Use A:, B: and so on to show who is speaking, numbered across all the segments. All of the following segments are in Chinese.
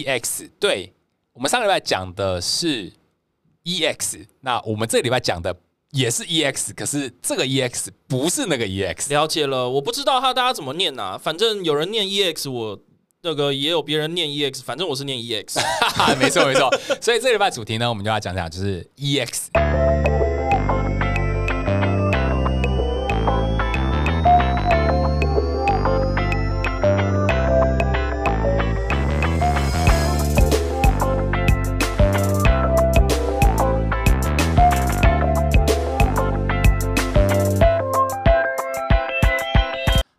A: EX，对 E 我们上个礼拜讲的是 EX，那我们这个礼拜讲的也是 EX，可是这个 EX 不是那个 E EX。
B: 了解了，我不知道他大家怎么念呐、反正有人念 EX，我那个也有别人念 EX，反正我是念 E EX。
A: 哈哈，没错没错，所以这个礼拜主题呢，我们就要讲讲就是 E EX。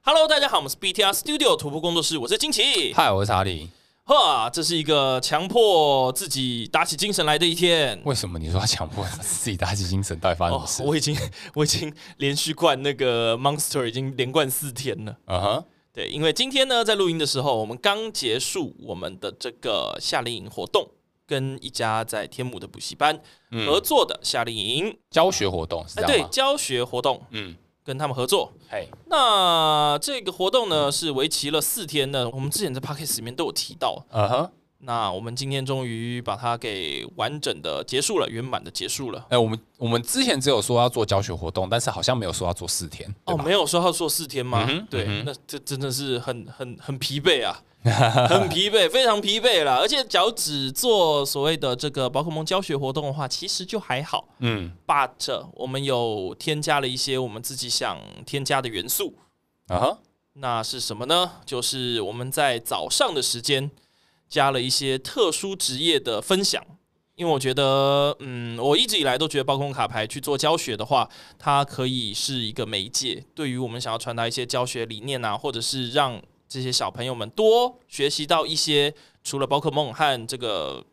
B: Hello，大家好，我们是 BTR Studio 徒步工作室，我是金奇。
A: 嗨，我是查理。
B: 呵，这是一个强迫自己打起精神来的一天。
A: 为什么你说要强迫自己打起精神？到底发生什
B: 哦
A: 么，事？
B: 我已经 我已经连续灌那个 Monster 已经连灌四天了。
A: 嗯哼，
B: 对，因为今天呢，在录音的时候，我们刚结束我们的这个夏令营活动，跟一家在天母的补习班合作的夏令营，
A: 教学活动是这
B: 哎、
A: 样
B: 对，
A: 吗？
B: 教学活动
A: 嗯，
B: 跟他们合作。
A: 嘿，
B: 那这个活动呢，是为期了四天呢。我们之前在 podcast 里面都有提到，
A: 嗯哼，
B: 那我们今天终于把它给完整的结束了，圆满的结束了。
A: 哎，我们我们之前只有说要做教学活动，但是好像没有说要做四天，对
B: 哦，
A: 吧？
B: 没有说要做四天吗？
A: 嗯哼
B: 对，
A: 嗯哼
B: 那这真的是很很很疲 惫啊，很疲惫，非常疲惫啦。而且脚趾做所谓的这个宝可梦教学活动的话，其实就还好。
A: 嗯，
B: But 呃我们有添加了一些我们自己想添加的元素，
A: 嗯哼，
B: 那是什么呢？就是我们在早上的时间加了一些特殊职业的分享，因为我觉得，嗯，我一直以来都觉得包空卡牌去做教学的话，它可以是一个媒介，对于我们想要传达一些教学理念啊，或者是让这些小朋友们多学习到一些除了宝可梦和这个。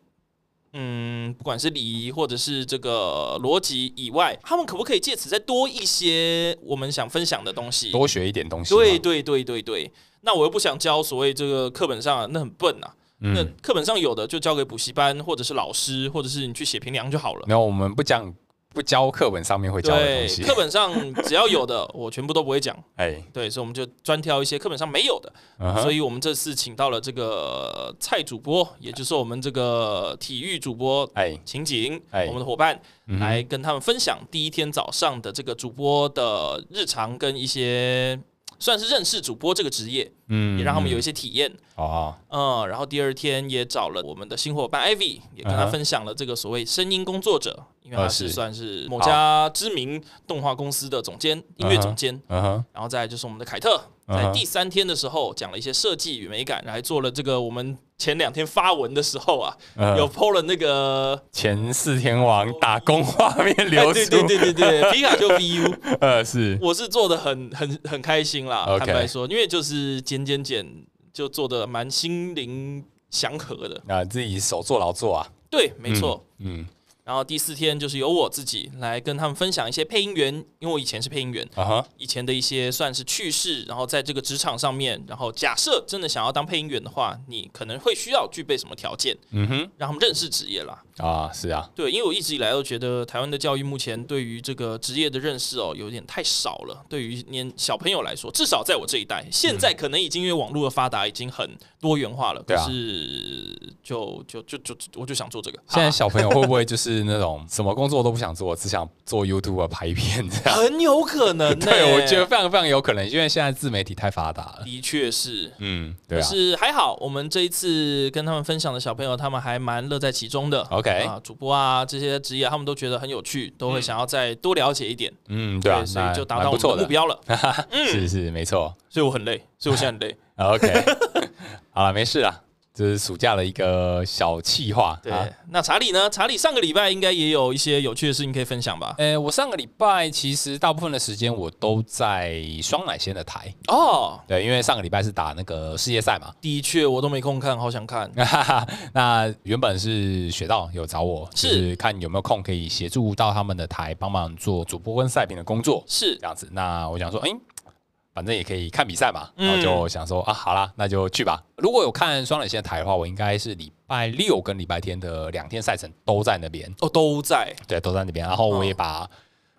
B: 嗯，不管是礼仪或者是这个逻辑以外，他们可不可以借此再多一些我们想分享的东西？
A: 多学一点东西嘛。
B: 对对对对对，那我又不想教所谓这个课本上，那很笨啊。那
A: 嗯，
B: 课本上有的就交给补习班，或者是老师，或者是你去写评量就好了。
A: 没有，我们不讲不教课本上面会教的
B: 对
A: 东，西
B: 课。本上只要有的，我全部都不会讲。
A: 哎，
B: 对，所以我们就专挑一些课本上没有的。
A: 嗯哼
B: 所以我们这次请到了这个蔡主播，也就是我们这个体育主播
A: 哎，
B: 情景，
A: 哎
B: 我们的伙伴
A: 嗯哼
B: 来跟他们分享第一天早上的这个主播的日常跟一些算是认识主播这个职业。
A: 嗯
B: 也让他们有一些体验。
A: 哦，
B: 嗯，然后第二天也找了我们的新伙伴 Ivy，也跟
A: 嗯
B: 他
A: 哼
B: 分享了这个所谓声音工作者，因为
A: 呃
B: 他是
A: 是
B: 算是某家知名动画公司的总监、音乐总监。
A: 嗯哼，
B: 然后再来就是我们的凯特，
A: 嗯
B: 在
A: 哼
B: 第三天的时候讲了一些设计与美感，还做了这个我们前两天发文的时候啊，
A: 嗯
B: 有 PO 了那个
A: 前四天王打工画面流
B: 哎对对
A: 出，
B: 对对对，皮卡丘 VU，
A: 呃，是，
B: 我是做的很很很开心啦
A: OK
B: 坦白说，因为就是剪剪剪就做的蛮心灵祥和的，
A: 啊，自己手做劳作啊，
B: 对，没错。
A: 嗯，
B: 然后第四天就是由我自己来跟他们分享一些配音员，因为我以前是配音员，
A: 啊哈，
B: 以前的一些算是趣事，然后在这个职场上面，然后假设真的想要当配音员的话，你可能会需要具备什么条件，
A: 嗯哼，
B: 让他们认识职业啦。
A: 啊，是啊，
B: 对，因为我一直以来都觉得台湾的教育目前对于这个职业的认识哦，有点太少了。对于年小朋友来说，至少在我这一代，现在可能已经因为网络的发达，已经很多元化了。
A: 嗯对啊
B: 可是就就就就我就想做这个，
A: 现在
B: 啊
A: 小朋友会不会就是那种 什么工作都不想做，只想做 YouTube 拍片这 样？
B: 很有可能、呢。
A: 对，我觉得非常非常有可能，因为现在自媒体太发达了。
B: 的确是。
A: 嗯，对
B: 可
A: 啊
B: 是还好，我们这一次跟他们分享的小朋友，他们还蛮乐在其中的。
A: ，OK，
B: 啊，主播啊，这些职业他们都觉得很有趣，都会想要再多了解一点。
A: 嗯，对啊，
B: 所
A: 那
B: 以就达
A: 蛮
B: 到我
A: 不
B: 们
A: 错的
B: 的 目，标了。
A: 是是没错。
B: 所以我很累，所以我现在很累。
A: OK，好了，没事啦，这是暑假的一个小计划。
B: 对，
A: 啊
B: 那查理呢？查理上个礼拜应该也有一些有趣的事情可以分享吧？
A: 呃，我上个礼拜其实大部分的时间我都在双奶仙的台，
B: 哦，
A: 对，因为上个礼拜是打那个世界赛嘛，
B: 的确我都没空看，好想看。
A: 哈哈，那原本是雪道有找我，
B: 是
A: 就是看有没有空可以协助到他们的台，帮忙做主播跟赛评的工作
B: 是
A: 这样子。那我想说，哎、反正也可以看比赛嘛，
B: 嗯
A: 然后就想说、啊，好啦，那就去吧。如果有看双人线台的话，我应该是礼拜六跟礼拜天的两天赛程都在那边，嗯
B: 哦，都在
A: 对，都在那边。然后我也把、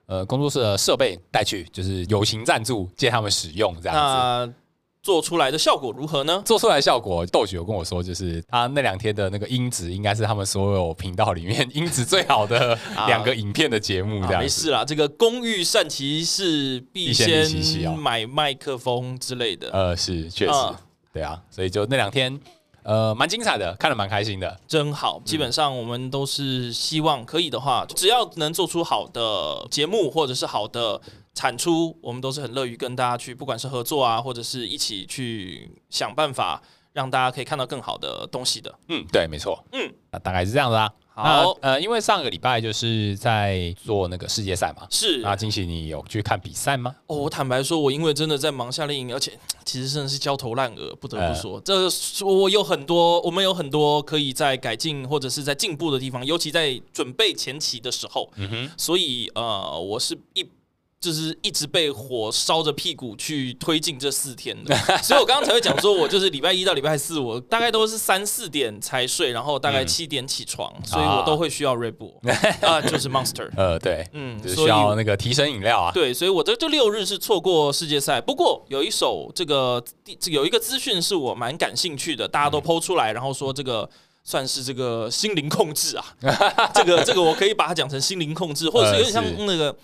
A: 呃工作室的设备带去，就是友情赞助借他们使用这样子。
B: 那做出来的效果如何呢？
A: 做出来的效果，豆许有跟我说，就是他那两天的那个音质，应该是他们所有频道里面 音质最好的
B: 啊
A: 两个影片的节目，这
B: 啊、
A: 样
B: 没
A: 子。
B: 事啦，这个工欲善其事，必
A: 必先利其器
B: 先
A: 啊
B: 买麦克风之类的，
A: 呃，是确实
B: 啊，
A: 对啊，所以就那两天，呃，蛮精彩的，看得蛮开心的。
B: 真好。基本上我们都是希望可以的话，只要能做出好的节目或者是好的产出，我们都是很乐于跟大家去，不管是合作啊，或者是一起去想办法，让大家可以看到更好的东西的。
A: 嗯，对，没错，
B: 嗯，
A: 那大概是这样子啦。
B: 好
A: 那呃，因为上个礼拜就是在做那个世界赛嘛，
B: 是
A: 那惊喜你有去看比赛吗？
B: 哦，我坦白说，我因为真的在忙夏令营，而且其实真的是焦头烂额，不
A: 哎
B: 得不说，这是我有很多，我们有很多可以在改进或者是在进步的地方，尤其在准备前期的时候，
A: 嗯哼，
B: 所以呃，我是一。就是一直被火烧着屁股去推进这四天 的，所以我刚刚才会讲说，我就是礼拜一到礼拜四，我大概都是三四点才睡，然后
A: 嗯
B: 大概七点起床，所以
A: 啊
B: 我都会需要 Red Bull 啊、就是 Monster，
A: 呃，对，
B: 嗯，
A: 就是
B: 所
A: 需
B: 以
A: 要那个提神饮料啊。
B: 对，所以我这这六日是错过世界赛。不过有一首这个第这有一个资讯是我蛮感兴趣的，大家都抛出来，然后说这个。算是这个心灵控制啊， 这个这个我可以把它讲成心灵控制，或者是有点
A: 呃
B: 像
A: 是
B: 那个，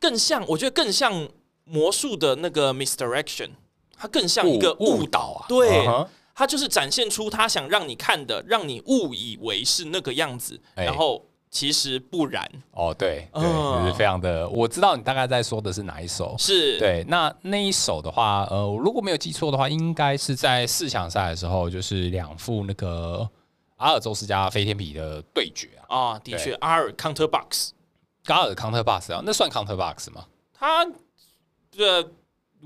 B: 更像我觉得更像魔术的那个 misdirection，它更像一个
A: 误
B: 误
A: 误
B: 导，
A: 导啊，
B: 对
A: 嗯哼
B: 它就是展现出他想让你看的，让你误以为是那个样子，
A: 哎
B: 然后其实不然，
A: 哦，对对，
B: 嗯
A: 就是非常的，我知道你大概在说的是哪一首。
B: 是
A: 对，那那一首的话，呃，我如果没有记错的话，应该是在四强赛的时候，就是两副那个阿尔宙斯加飞天比的对决啊，
B: 啊，的
A: 对
B: 确，R counter box，
A: 阿尔 counter box 啊，那算 counter box 吗？
B: 他这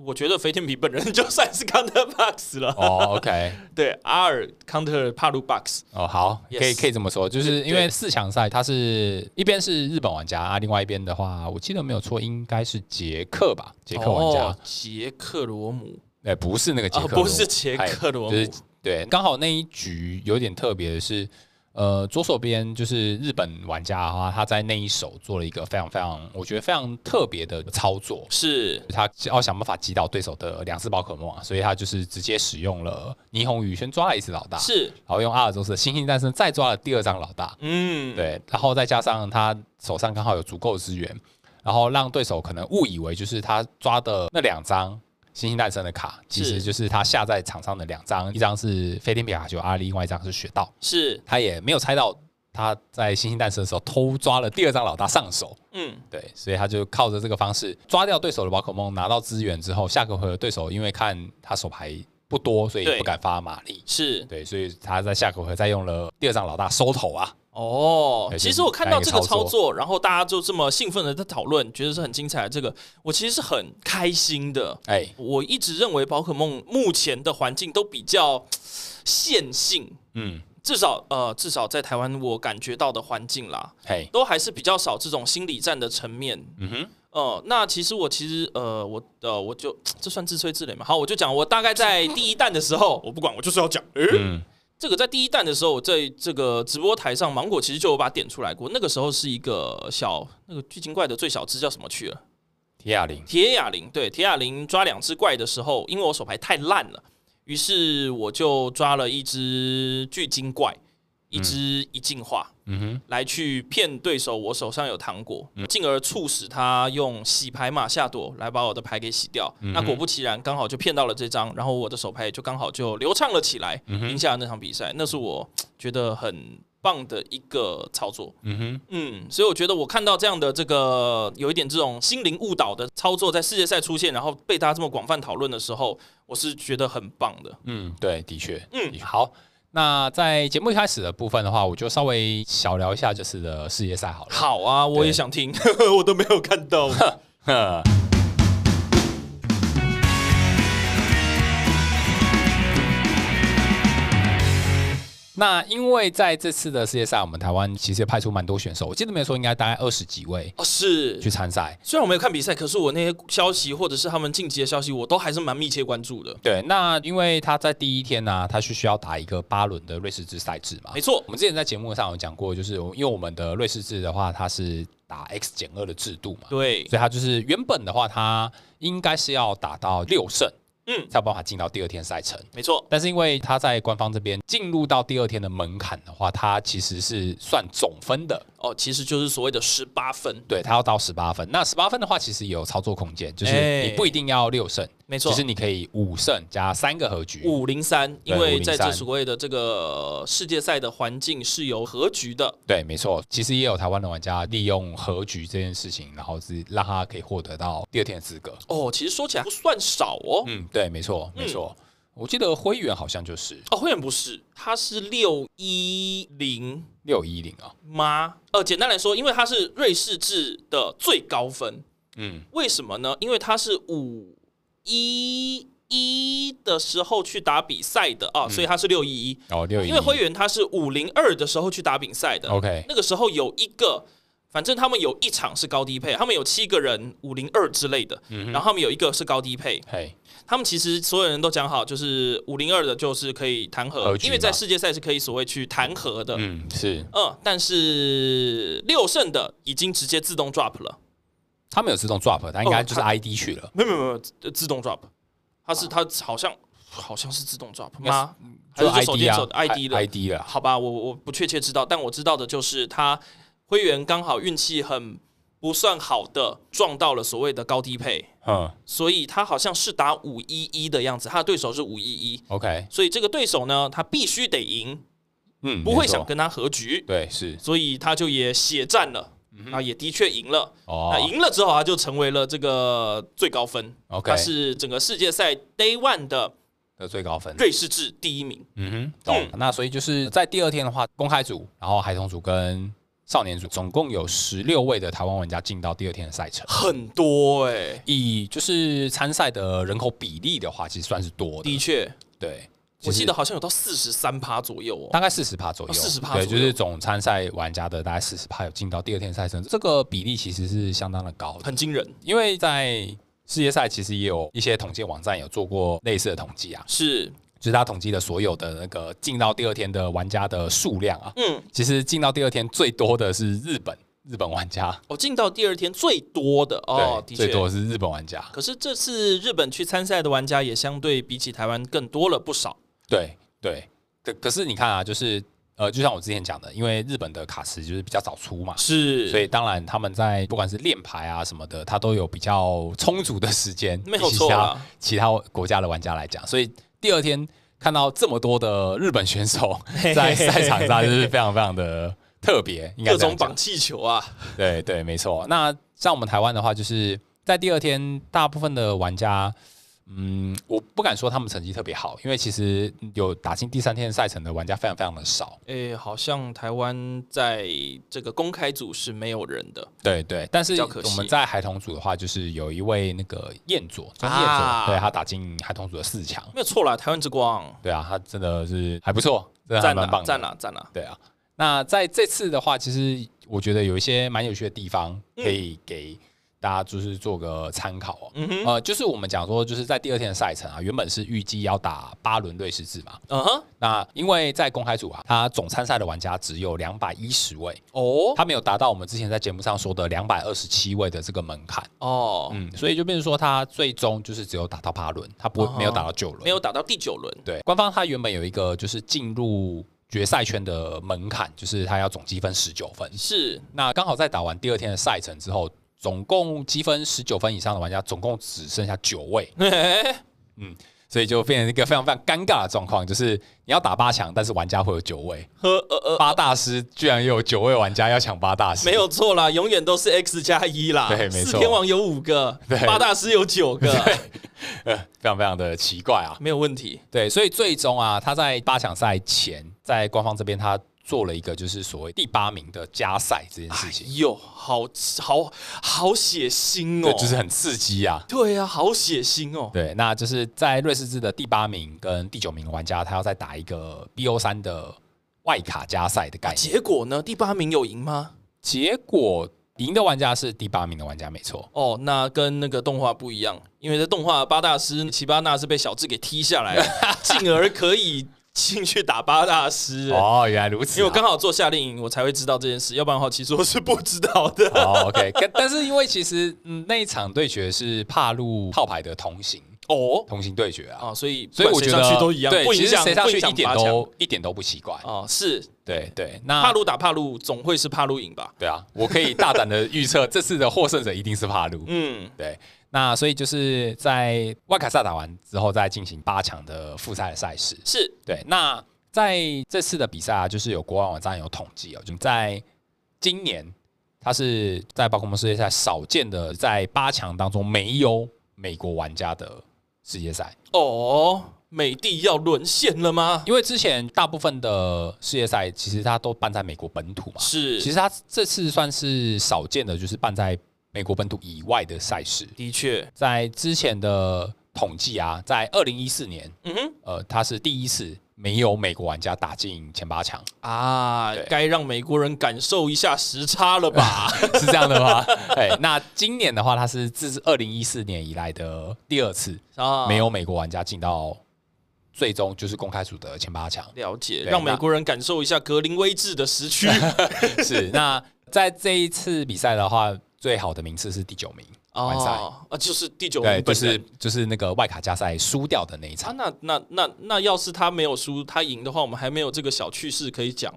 B: 我觉得肥天皮本人就算是 Counter Box 了。
A: 哦，OK，
B: 对，阿尔 Counter 帕鲁 Box
A: 哦， 好，
B: Yes
A: 可以可以这么说，就是因为四强赛它是一边是日本玩家啊，另外一边的话，我记得没有错，应该是捷克吧，捷克玩家，哎、哎
B: 哦捷克罗姆
A: 哦不是那个捷
B: 啊，
A: 克、
B: 不是捷克罗
A: 就
B: 姆，
A: 是对，刚好那一局有点特别的是，呃，左手边就是日本玩家的话，他在那一手做了一个非常非常，我觉得非常特别的操作，
B: 是
A: 他要想办法击倒对手的两只宝可梦啊，所以他就是直接使用了霓虹鱼先抓了一只老大，
B: 是，
A: 然后用阿尔宙斯的星星诞生再抓了第二张老大，
B: 嗯，，
A: 对，然后再加上他手上刚好有足够的资源，然后让对手可能误以为就是他抓的那两张星星诞生的卡，其
B: 是
A: 实就是他下在场上的两张，一张是飞天皮卡丘阿力，另外一张是雪道，
B: 是，
A: 他也没有猜到他在星星诞生的时候偷抓了第二张老大上手。
B: 嗯，
A: 对，所以他就靠着这个方式抓掉对手的宝可梦，拿到资源之后，下个回合对手因为看他手牌不多，所以
B: 对
A: 不敢发马力。
B: 是，
A: 对，所以他在下个回合再用了第二张老大收头啊，
B: 哦，
A: 对
B: 其
A: 哎就是
B: 实我看到这个
A: 那一个操
B: 操作，然后大家就这么兴奋的在讨论，觉得是很精彩的这个，我其实是很开心的。
A: 哎、
B: 我一直认为宝可梦目前的环境都比较线性，
A: 嗯，
B: 至少呃，至少在台湾我感觉到的环境啦，
A: 嘿，
B: 都还是比较少这种心理战的层面。
A: 嗯哼。
B: 呃，那其实我其实呃，我呃，我就这算自吹自擂嘛。好，我就讲，我大概在第一弹的时候，哦我不管，我就是要讲。呃诶、
A: 嗯
B: 这个在第一弹的时候，我在这个直播台上，芒果其实就有把它点出来过。那个时候是一个小那个巨鲸怪的最小只叫什么去了？
A: 铁哑铃，
B: 铁哑铃。对，铁哑铃抓两只怪的时候，因为我手牌太烂了，于是我就抓了一只巨鲸怪，一只一进化。
A: 嗯哼，
B: 来去骗对手，我手上有糖果，进而促使他用洗牌马下躲来把我的牌给洗掉。那果不其然，刚好就骗到了这张，然后我的手牌也就刚好就流畅了起来，赢下了那场比赛。那是我觉得很棒的一个操作。
A: 嗯哼，
B: 嗯，所以我觉得我看到这样的这个有一点这种心灵误导的操作在世界赛出现，然后被大家这么广泛讨论的时候，我是觉得很棒的。
A: 嗯，对，的确，
B: 嗯
A: 嗯，好。那在节目一开始的部分的话，我就稍微小聊一下这次的世界赛好了。
B: 好啊，我也
A: 对
B: 想听， 我都没有看到。
A: 呵 那因为在这次的世界赛，我们台湾其实也派出蛮多选手，我记得没有说应该大概二十几位
B: 哦，是
A: 去参赛。
B: 虽然我没有看比赛，可是我那些消息或者是他们晋级的消息，我都还是蛮密切关注的。
A: 对，那因为他在第一天呢、他是需要打一个八轮的瑞士制赛制嘛
B: 没。错
A: 我，们之前在节目上有讲过，就是我因为我们的瑞士制的话，它是打 x 减二的制度嘛，
B: 对，
A: 所以它就是原本的话，它应该是要打到六胜，
B: 嗯
A: 才有办法进到第二天赛程。
B: 没错，
A: 但是因为他在官方这边进入到第二天的门槛的话，他其实是算总分的，
B: 哦，其实就是所谓的十八分，
A: 对他要到十八分。那十八分的话，其实也有操作空间，就是
B: 哎
A: 你不一定要六胜，
B: 没
A: 其
B: 错
A: 实，你可以五胜加三个和局。
B: 五零三，因
A: 对
B: 为在这
A: 503
B: 所谓的这个世界赛的环境是由和局的，
A: 对，没错，其实也有台湾的玩家利用和局这件事情，然后是让他可以获得到第二天的资格。
B: 哦，其实说起来不算少哦，
A: 嗯，对，没错，没错。我记得灰原好像就是
B: 哦，会员不是，它是六一零
A: 六一零啊。
B: 吗？呃，简单来说，因为它是瑞士制的最高分，
A: 嗯，
B: 为什么呢？因为它是五一一的时候去打比赛的啊，所以它是六一一。
A: 哦，六一
B: 因为灰原他是五零二的时候去打比赛的
A: OK
B: 那个时候有一个，反正他们有一场是高低配，他们有七个人五零二之类的，然后他们有一个是高低配，
A: 嘿，
B: 他们其实所有人都讲好，就是五零二的就是可以弹
A: 和
B: 劾，
A: 局嘛
B: 因为在世界赛是可以所谓去弹劾的，嗯
A: 嗯，是
B: 但是六胜的已经直接自动 drop 了，
A: 他没有自动 drop，他应该就是
B: 哦
A: ID 去了，
B: 没有没有没有呃自动 drop，他是他好像好像是自动 drop
A: 啊该是
B: 吗？还
A: 就是
B: 手
A: ID
B: 机
A: 啊
B: 手 ID 了
A: i d 了。
B: 好吧，我我不确切知道，但我知道的就是他灰原刚好运气很不算好的撞到了所谓的高低配，
A: 嗯
B: 所以他好像是打五一一的样子，他的对手是五一一，
A: ，OK，
B: 所以这个对手呢，他必须得赢，
A: 嗯，
B: 不会
A: 没错
B: 想跟他和局，
A: 对是
B: 所以他就也血战了。啊，也的确赢了。
A: 嗯哦
B: 那赢了之后，他就成为了这个最高分，
A: ，OK，
B: 他是整个世界赛 Day One 的
A: 的最高分。
B: 瑞士制第一名。
A: 嗯哼，懂。那所以就是在第二天的话，公开组，然后孩童组跟少年组，总共有十六位的台湾玩家进到第二天的赛程。
B: 很多哎、
A: 以就是参赛的人口比例的话，其实算是多
B: 的
A: 的。
B: 确，
A: 对，
B: 我
A: 其
B: 记
A: 实
B: 得好像有到四十三趴左右哦。
A: 大概四十趴左右，
B: 哦40%
A: 对，
B: 左
A: 就
B: 右
A: 是总参赛玩家的大概四十趴有进到第二天赛程，这个比例其实是相当的高的。
B: 很惊人，
A: 因为在世界赛其实也有一些统计网站有做过类似的统计啊，
B: 是
A: 就是他统计了所有的那个进到第二天的玩家的数量啊，
B: 嗯，
A: 其实进到第二天最多的是日本日本玩家，
B: 我哦进到第二天最多的哦，
A: 对，
B: 的
A: 最多
B: 确。
A: 的是日本玩家，
B: 可是这次日本去参赛的玩家也相对比起台湾更多了不少，
A: 对对，可可是你看啊，就是呃，就像我之前讲的，因为日本的卡池就是比较早出嘛，
B: 是
A: 所以当然他们在不管是练牌啊什么的，他都有比较充足的时间，
B: 没有
A: 比起
B: 错
A: 其他
B: 啦
A: 其他国家的玩家来讲，所以第二天看到这么多的日本选手在赛场上，就是非常非常的特别，应该
B: 各
A: 这
B: 种
A: 样讲
B: 绑。气球啊，
A: 对对，没错。那像我们台湾的话，就是在第二天，大部分的玩家，嗯，我不敢说他们成绩特别好，因为其实有打进第三天赛程的玩家非常非常的少。
B: 诶，好像台湾在这个公开组是没有人的，
A: 对对，但是
B: 比较可惜
A: 我们在孩童组的话，就是有一位那个燕佐，张燕佐，
B: 啊
A: 对他打进孩童组的四强。
B: 没有错啦，台湾之光，
A: 对啊，他真的是还不错，真的还
B: 赞
A: 蛮
B: 啦
A: 棒的。
B: 赞啦赞啦，
A: 对啊，那在这次的话，其实我觉得有一些蛮有趣的地方，可以给大家就是做个参考哦。
B: 嗯
A: 呃，就是我们讲说，就是在第二天的赛程啊，原本是预计要打八轮瑞士制嘛，
B: 嗯哼，
A: 那因为在公开组啊，它总参赛的玩家只有两百一十位，
B: 哦
A: 它没有达到我们之前在节目上说的两百二十七位的这个门槛。
B: 哦，
A: 嗯，所以就变成说，它最终就是只有打到八轮，它不
B: 哦
A: 会没有打到九轮，
B: 没有打到第九轮，
A: 对，官方它原本有一个就是进入决赛圈的门槛，就是它要总积分十九分。
B: 是
A: 那刚好在打完第二天的赛程之后，总共积分十九分以上的玩家，总共只剩下九位，
B: 嘿
A: 所以就变成一个非常非常尴尬的状况，就是你要打八强，但是玩家会有九位，
B: 呵呃呃，
A: 八大师居然也有九位玩家要抢八大师，
B: 没有错啦，永远都是 X 加一啦。
A: 对没错
B: 四天王有五个，
A: 对
B: 八大师有九个，
A: 非常非常的奇怪啊。
B: 没有问题。
A: 对，所以最终啊，他在八强赛前，在官方这边他做了一个就是所谓第八名的加赛这件事情，
B: 哟，好好好血腥哦
A: 对，，就是很刺激啊。
B: 对啊，好血腥哦。
A: 对，那就是在瑞士制的第八名跟第九名的玩家，他要再打一个 BO 三的外卡加赛的概念。
B: 啊结果呢？第八名有赢吗？
A: 哦结果赢的玩家是第八名的玩家，没错。
B: 哦，那跟那个动画不一样，因为在动画八大师奇巴纳是被小智给踢下来了， 进而可以进去打八大师。
A: 哦，原来如此、啊。
B: 因为我刚好做夏令营，我才会知道这件事，要不然的话，其实我是不知道的。
A: 哦，OK，但但是因为其实嗯那一场对决是帕路套牌的同行，
B: 哦
A: 同行对决啊，
B: 啊，所以
A: 所以我觉
B: 不管谁上
A: 得
B: 去都一样，
A: 对，
B: 不
A: 其
B: 影
A: 实
B: 响
A: 谁上
B: 不
A: 去
B: 影响
A: 一点
B: 八强
A: 都一点都不奇怪，
B: 啊，是
A: 对对，那
B: 帕鲁打帕鲁，总会是帕鲁赢吧？
A: 对啊，我可以大胆的预测，这次的获胜者一定是帕鲁。
B: 嗯，
A: 对，那所以就是在外卡萨打完之后，再进行八强的复赛的赛事。
B: 是
A: 对，那在这次的比赛啊，就是有国外网站有统计哦，就在今年，它是在宝可梦世界赛少见的在八强当中没有美国玩家的世界赛，
B: 哦，美帝要沦陷了吗？
A: 因为之前大部分的世界赛其实它都办在美国本土嘛，
B: 是，
A: 其实它这次算是少见的，就是办在美国本土以外的赛事。
B: 的确，
A: 在之前的统计啊，在二零一四年，
B: 嗯哼
A: 呃，它是第一次没有美国玩家打进前八强，
B: 啊
A: 对，
B: 该让美国人感受一下时差 了吧？
A: 是这样的吗？ 哎，那今年的话，它是自二零一四年以来的第二次
B: 啊，。
A: 没有美国玩家进到最终就是公开组的前八强
B: 了解，
A: 对
B: 让
A: 那
B: 美国人感受一下格林威治的时 区
A: 是，那在这一次比赛的话，最好的名次是第九名，完赛
B: 哦，啊，就是第九
A: 对，
B: 名
A: 就
B: 本
A: 是
B: 人。
A: 就是那个外卡加赛输掉的那一场
B: 啊，。那那那那，要是他没有输，他赢的话，我们还没有这个小趣事可以讲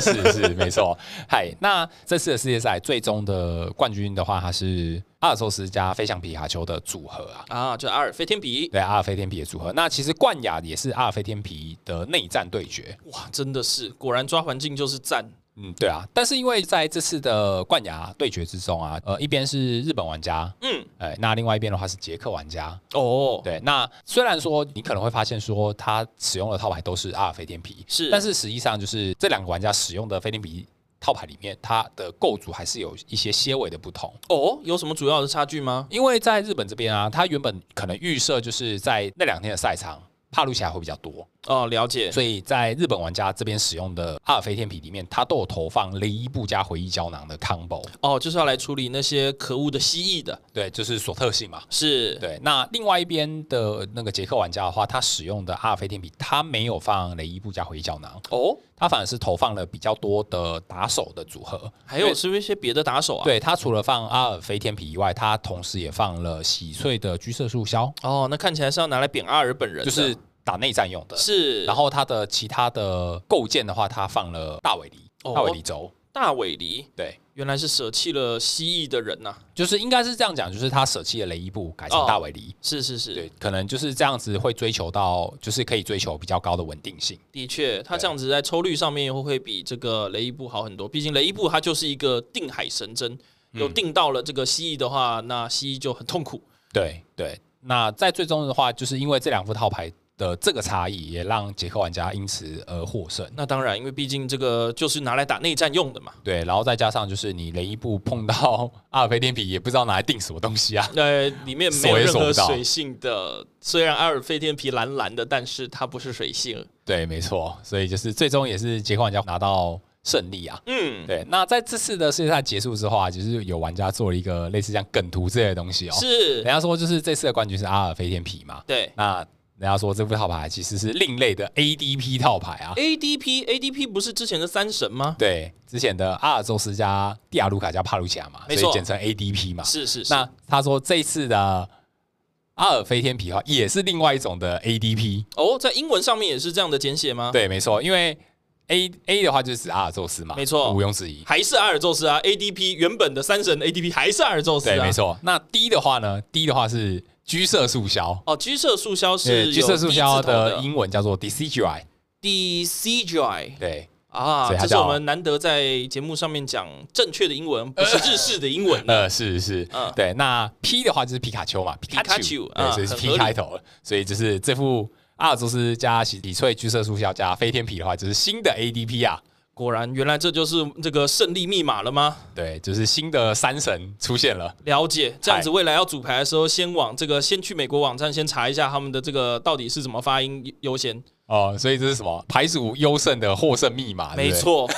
A: 是是，没错。嗨，那这次的世界赛最终的冠军的话，它是阿尔宙斯加飞翔皮卡丘的组合啊。
B: 啊，就阿尔飞天比，
A: 对，啊阿尔飞天皮的组合。那其实冠亚也是阿尔飞天皮的内战对决。
B: 哇，真的是，果然抓环境就是赞
A: 嗯，对啊。但是因为在这次的冠亚对决之中啊，呃，一边是日本玩家，
B: 嗯，
A: 哎、那另外一边的话是捷克玩家。
B: 哦。
A: 对，那虽然说你可能会发现说他使用的套牌都是阿尔飞天皮，
B: 是
A: 但是实际上就是这两个玩家使用的飞天皮套牌里面，它的构筑还是有一些些微的不同。
B: 哦，有什么主要的差距吗？
A: 因为在日本这边啊，他原本可能预设就是在那两天的赛场。帕鲁奇还会比较多，
B: 哦，了解。
A: 所以在日本玩家这边使用的阿尔飞天皮里面，它都有投放雷伊布加回忆胶囊的 combo，
B: 哦，就是要来处理那些可恶的蜥蜴的，
A: 对，就是锁特性嘛。
B: 是
A: 对，那另外一边的那个捷克玩家的话，他使用的阿尔飞天皮，他没有放雷伊布加回忆胶囊，
B: 哦，
A: 他反而是投放了比较多的打手的组合。
B: 还有是不是一些别的打手啊？，
A: 对他除了放阿尔飞天皮以外，他同时也放了喜翠的居色树枭，
B: 哦，那看起来是要拿来扁阿尔本人的，
A: 就是打内战用的。
B: 是，
A: 然后他的其他的构建的话，他放了大尾狸、
B: 哦
A: 大尾狸轴，
B: 大尾狸
A: 对，
B: 原来是舍弃了蜥蜴的人呐、啊
A: 就是应该是这样讲，就是他舍弃了雷伊布，改成
B: 哦
A: 大尾狸。
B: 是是是
A: 对，，可能就是这样子会追求到，就是可以追求比较高的稳定性。
B: 的确，他
A: 对
B: 这样子在抽率上面会会比这个雷伊布好很多，毕竟雷伊布他就是一个定海神针，有定到了这个蜥蜴的话，那蜥蜴就很痛苦。
A: 对对，那在最终的话，就是因为这两副套牌的这个差异，也让捷克玩家因此而获胜。
B: 那当然，因为毕竟这个就是拿来打内战用的嘛。
A: 对，然后再加上就是你雷伊布碰到阿尔菲天皮，也不知道拿来定什么东西啊。
B: 呃，里面没有
A: 锁也
B: 任
A: 锁不
B: 何
A: 到
B: 水性的，虽然阿尔飞天皮蓝蓝的，但是它不是水性。
A: 对，没错，所以就是最终也是捷克玩家拿到胜利啊。
B: 嗯，
A: 对，那在这次的世界赛结束之后啊，就是有玩家做了一个类似像梗图之类的东西哦。人
B: 是，
A: 家说就是这次的冠军是阿尔菲天皮嘛，
B: 对。
A: 那人家说这副套牌其实是另类的 ADP 套牌啊。
B: ADP ADP 不是之前的三神吗？
A: 对，之前的阿尔宙斯加蒂亚卢卡加帕鲁奇亚嘛，
B: 没错
A: 所以简称 ADP 嘛。
B: 是是是，
A: 那他说这一次的阿尔飞天皮哈也是另外一种的 ADP。
B: 哦，在英文上面也是这样的简写吗？，
A: 对，没错，因为 A A 的话就是指阿尔宙斯嘛，
B: 嗯没错
A: 毋庸置疑。
B: 还是阿尔宙斯啊，ADP 原本的三神 ADP 还是阿尔宙斯
A: 对，
B: 啊，
A: 没。错。那 D 的话呢？D 的话是居色速消，
B: 哦，居社速消
A: 对，
B: 是
A: 居色速消
B: 的
A: 的英文叫做 DCGI。
B: D C G I
A: 对，
B: 啊，
A: 所以它
B: 这是
A: 叫
B: 我们难得在节目上面讲正确的英文，不是日式的英文
A: 呃，是是，
B: 嗯
A: 对。那 P 的话就是皮卡丘嘛，皮
B: 卡丘
A: 对，
B: 嗯
A: 所以是
B: 很
A: P
B: 合理
A: 开头了，所以就是这副阿尔宙斯加喜里翠居色速消加飞天皮的话，就是新的 ADP 啊。
B: 果然，原来这就是这个胜利密码了吗？
A: 对，就是新的三神出现了。
B: 了解，这样子未来要组牌的时候，先往这个先去美国网站先查一下他们的这个到底是怎么发音优先。
A: 哦，所以这是什么排除优胜的获胜密啊码？对
B: 没
A: 不对，
B: 错，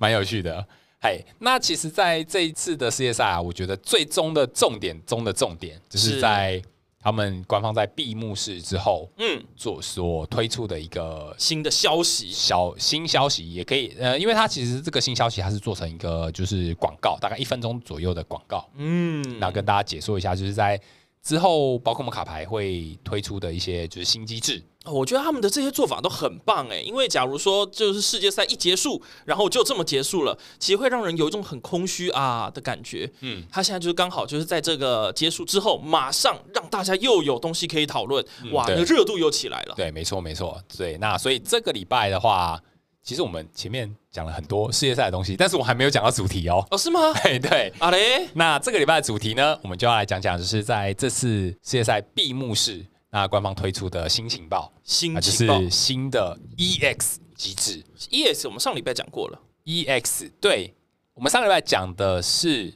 A: 蛮有趣的。嘿，那其实在这一次的世界赛啊，我觉得最终的重点中的重点，就是
B: 是
A: 在他们官方在闭幕式之后
B: 嗯，
A: 做所推出的一个
B: 新的消息
A: 小新消息，也可以呃，因为它其实这个新消息它是做成一个就是广告，大概一分钟左右的广告，
B: 嗯，
A: 那跟大家解说一下，就是在之后宝可梦卡牌会推出的一些就是新机制。
B: 我觉得他们的这些做法都很棒哎，因为假如说就是世界赛一结束，然后就这么结束了，其实会让人有一种很空虚啊的感觉。
A: 嗯，
B: 他现在就是刚好就是在这个结束之后，马上让大家又有东西可以讨论，哇，
A: 嗯对
B: 那热度又起来了。
A: 对，没错，没错，对。那所以这个礼拜的话，其实我们前面讲了很多世界赛的东西，但是我还没有讲到主题哦。
B: 哦，是吗？
A: 嘿，对。
B: 啊嘞，
A: 那这个礼拜的主题呢，我们就要来讲讲，就是在这次世界赛闭幕式，那官方推出的新情报，
B: 新
A: 啊，就
B: 情报、
A: 是新的 EX 机制。
B: EX，我们上礼拜讲过了。
A: EX，对我们上个礼拜讲的是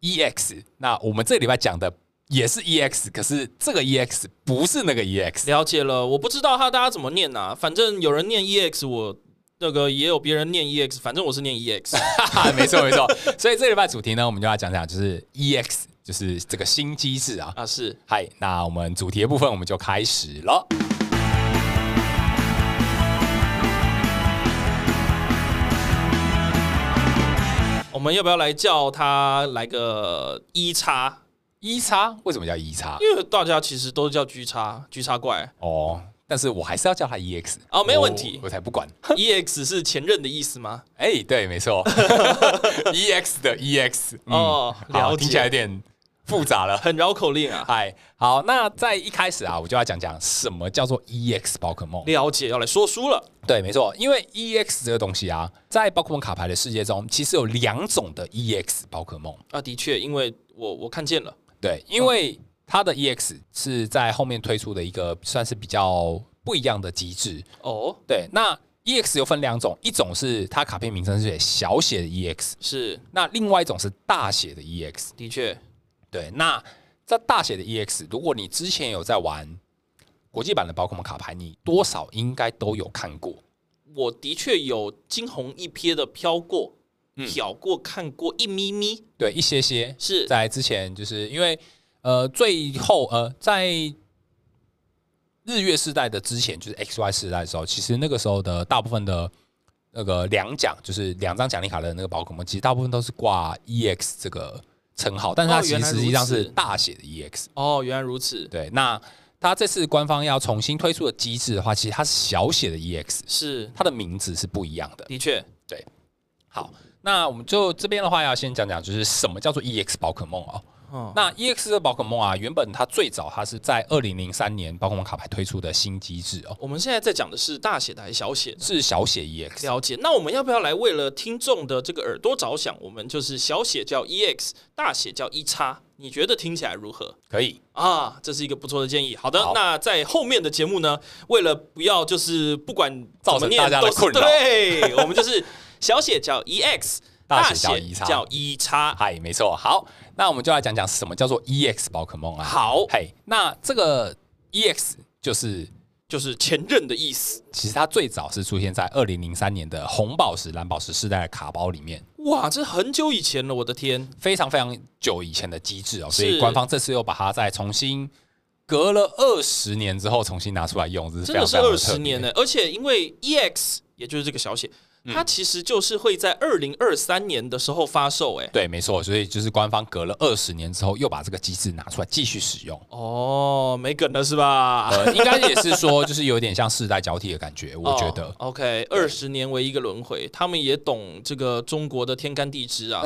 A: EX，那我们这个礼拜讲的也是 EX，可是这个 EX 不是那个 E EX。
B: 了解了，我不知道他大家怎么念呐、反正有人念 EX，我那个也有别人念 EX，反正我是念 E EX。
A: 哈， 没错没错。所以这个礼拜主题呢，我们就要讲讲就是 EX，就是这个新机制啊。
B: 啊，是
A: 嗨，那我们主题的部分我们就开始了。
B: 我们要不要来叫他来个一叉？
A: 一叉 E 啊为什么叫一叉？
B: 因为大家其实都叫 G 叉，G 叉怪
A: 哦，但是我还是要叫它 EX
B: 哦没有问
A: 我
B: 题
A: 我才不管。
B: ，EX E 是前任的意思吗？
A: 哎、对，没 错，EX 的 EX、嗯、
B: 哦
A: 好
B: 了
A: 听起来有
B: 解，
A: 点复杂了。
B: 很绕口令啊。
A: 嗨，好，那在一开始啊，我就要讲讲什么叫做 E EX 宝可梦。
B: 了解，要来说书了。
A: 对，没错，因为 EX 这个东西啊，在宝可梦卡牌的世界中，其实有两种的 EX 宝可梦。
B: 啊，的确，因为我我看见了，
A: 对，因为它的 EX 是在后面推出的一个算是比较不一样的机制。
B: 哦，
A: 对，那 EX 有分两种，一种是它卡片名称是写小写的 EX，
B: 是
A: 那另外一种是大写的 EX。
B: 的确，
A: 对，那在大写的 EX，如果你之前有在玩国际版的宝可梦卡牌，你多少应该都有看过。
B: 我的确有惊鸿一瞥的飘过、
A: 嗯
B: 瞟过、看过一咪咪，
A: 对，一些些
B: 是
A: 在之前，就是因为呃，最后呃，在日月世代的之前，就是 XY 世代的时候，其实那个时候的大部分的那个两奖，就是两张奖励卡的那个宝可梦，其实大部分都是挂 EX 这个称号，但是它
B: 哦
A: 其
B: 原
A: 实
B: 来
A: 实
B: 如
A: 际上是
B: 此
A: 大写的 EX。
B: 哦，原来如此，
A: 对，那它这次官方要重新推出的机制的话，其实它是小写的 EX，
B: 是
A: 它的名字是不一样的。
B: 的确，
A: 好，那我们就这边的话，要先讲讲就是什么叫做 EX 宝可梦哦。
B: 嗯，
A: 那 EX 的宝可梦啊，原本它最早它是在二零零三年宝可梦卡牌推出的新机制哦，
B: 我们现在在讲的是大写的还是小写的？
A: 是小写 E EX。
B: 了解，那我们要不要来为了听众的这个耳朵着想，我们就是小写叫 EX，大写叫 E 叉，你觉得听起来如何？
A: 可以，
B: 啊，这是一个不错的建议。好的，
A: 好
B: 那在后面的节目呢，为了不要就是不管怎
A: 造
B: 么
A: 成
B: 念
A: 大家的
B: 都是
A: 困扰
B: 对我 们就是小写叫 EX，
A: 大
B: 大
A: 写叫
B: 写
A: E 叉
B: 叫 E 叉。
A: 嗨，哎没错。好，那我们就来讲讲什么叫做 EX 宝可梦啊。，
B: 好，
A: 嘿，那这个 EX 就是
B: 就是前任的意思。
A: 其实它最早是出现在二零零三年的红宝石、蓝宝石世代的卡包里面，
B: 哇，这很久以前了，我的天！
A: 非常非常久以前的机制哦，所
B: 是
A: 以官方这次又把它再重新隔了二十年之后重新拿出来用，这是非常
B: 真的
A: 非
B: 是
A: 常
B: 二
A: 特
B: 十
A: 别
B: 年呢、而且因为 EX 也就是这个小写，
A: 嗯
B: 它其实就是会在二零二三年的时候发售、欸，哎，
A: 对，没错，所以就是官方隔了二十年之后，又把这个机制拿出来继续使用。
B: 哦，没梗了是吧？
A: 呃，应该也是说，就是有点像世代交替的感觉，我觉得。
B: 哦 OK，二十年为一个轮回，他们也懂这个中国的天干地支啊，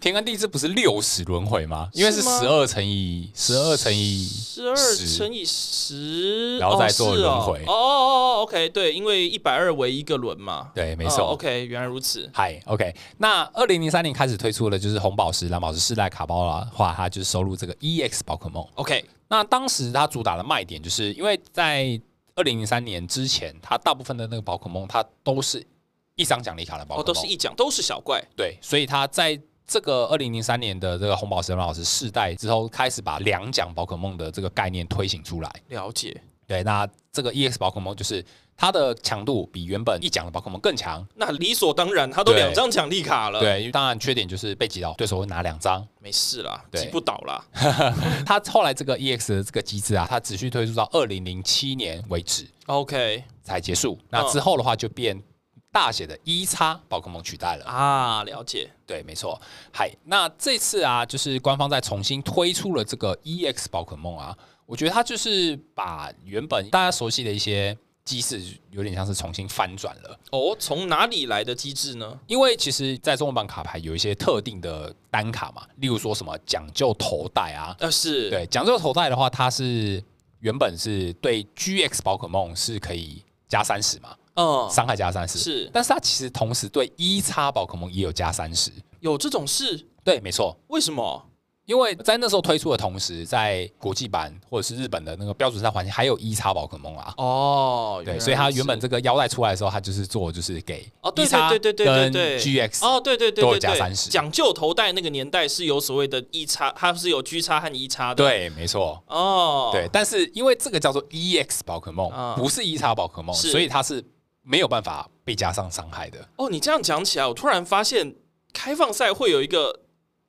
A: 天干地支不是六十轮回吗？因为是
B: 是吗
A: 十二乘以 十二乘以
B: 十二
A: 10
B: 乘以十，
A: 然后再
B: 哦
A: 做
B: 是
A: 轮回
B: 哦哦哦哦，OK，对，因为一百二为一个轮嘛，
A: 对，没
B: 哦
A: 错。
B: ，OK，原来如此，
A: 嗨，OK。那二零零三年开始推出的就是红宝石、蓝宝石世代卡包的话，它就是收录这个 EX 宝可梦。
B: OK，
A: 那当时它主打的卖点，就是因为在二零零三年之前，它大部分的那个宝可梦，它都是一张奖励卡的宝可
B: 哦，
A: 梦，
B: 都是一讲，都是小怪，
A: 对，所以他在这个二零零三年的这个红宝石蓝宝石世代之后，开始把两奖宝可梦的这个概念推行出来。
B: 了解。
A: 对，那这个 EX 宝可梦就是它的强度比原本一奖的宝可梦更强。
B: 那理所当然，他都
A: 对
B: 两张奖励卡了，
A: 对，因为当然缺点就是被击倒，对手会拿两张。
B: 没事啦，
A: 对
B: 击不倒啦。
A: 它后来这个 EX 的这个机制啊，它持续推出到二零零七年为止
B: OK，
A: 才结束。那之后的话就变大写的一叉宝可梦取代了。
B: 啊，了解，
A: 对，没错。嗨，那这次啊，就是官方再重新推出了这个 EX 宝可梦啊，我觉得它就是把原本大家熟悉的一些机制，有点像是重新翻转了。
B: 哦，从哪里来的机制呢？
A: 因为其实，在中文版卡牌有一些特定的单卡嘛，例如说什么讲究头戴啊，
B: 呃，是，
A: 对，讲究头戴的话，它是原本是对 GX 宝可梦是可以加三十嘛，
B: 嗯，
A: 伤害加三十，
B: 是
A: 但是它其实同时对一叉宝可梦也有加三十，
B: 有这种事，
A: 对，没错。
B: 为什么？
A: 因为在那时候推出的同时，在国际版或者是日本的那个标准赛环境，还有一叉宝可梦啊，
B: 哦，
A: 对，
B: 原来
A: 所以它
B: 如此
A: 原本这个腰带出来的时候，它就是做就是给
B: 哦，对
A: 一叉
B: 对对对对对
A: 跟
B: 对
A: GX
B: 哦，对对对
A: 都
B: 对
A: 有加
B: 对，
A: 30
B: 讲究头戴那个年代是有所谓的一叉，它是有 G 叉和一叉的。，
A: 对，没错。
B: 哦，
A: 对，，但是因为这个叫做 EX 宝可梦
B: 啊，
A: 不是一叉宝可梦，
B: 是
A: 所以它是没有办法被加上伤害的。
B: 哦，你这样讲起来，我突然发现开放赛会有一个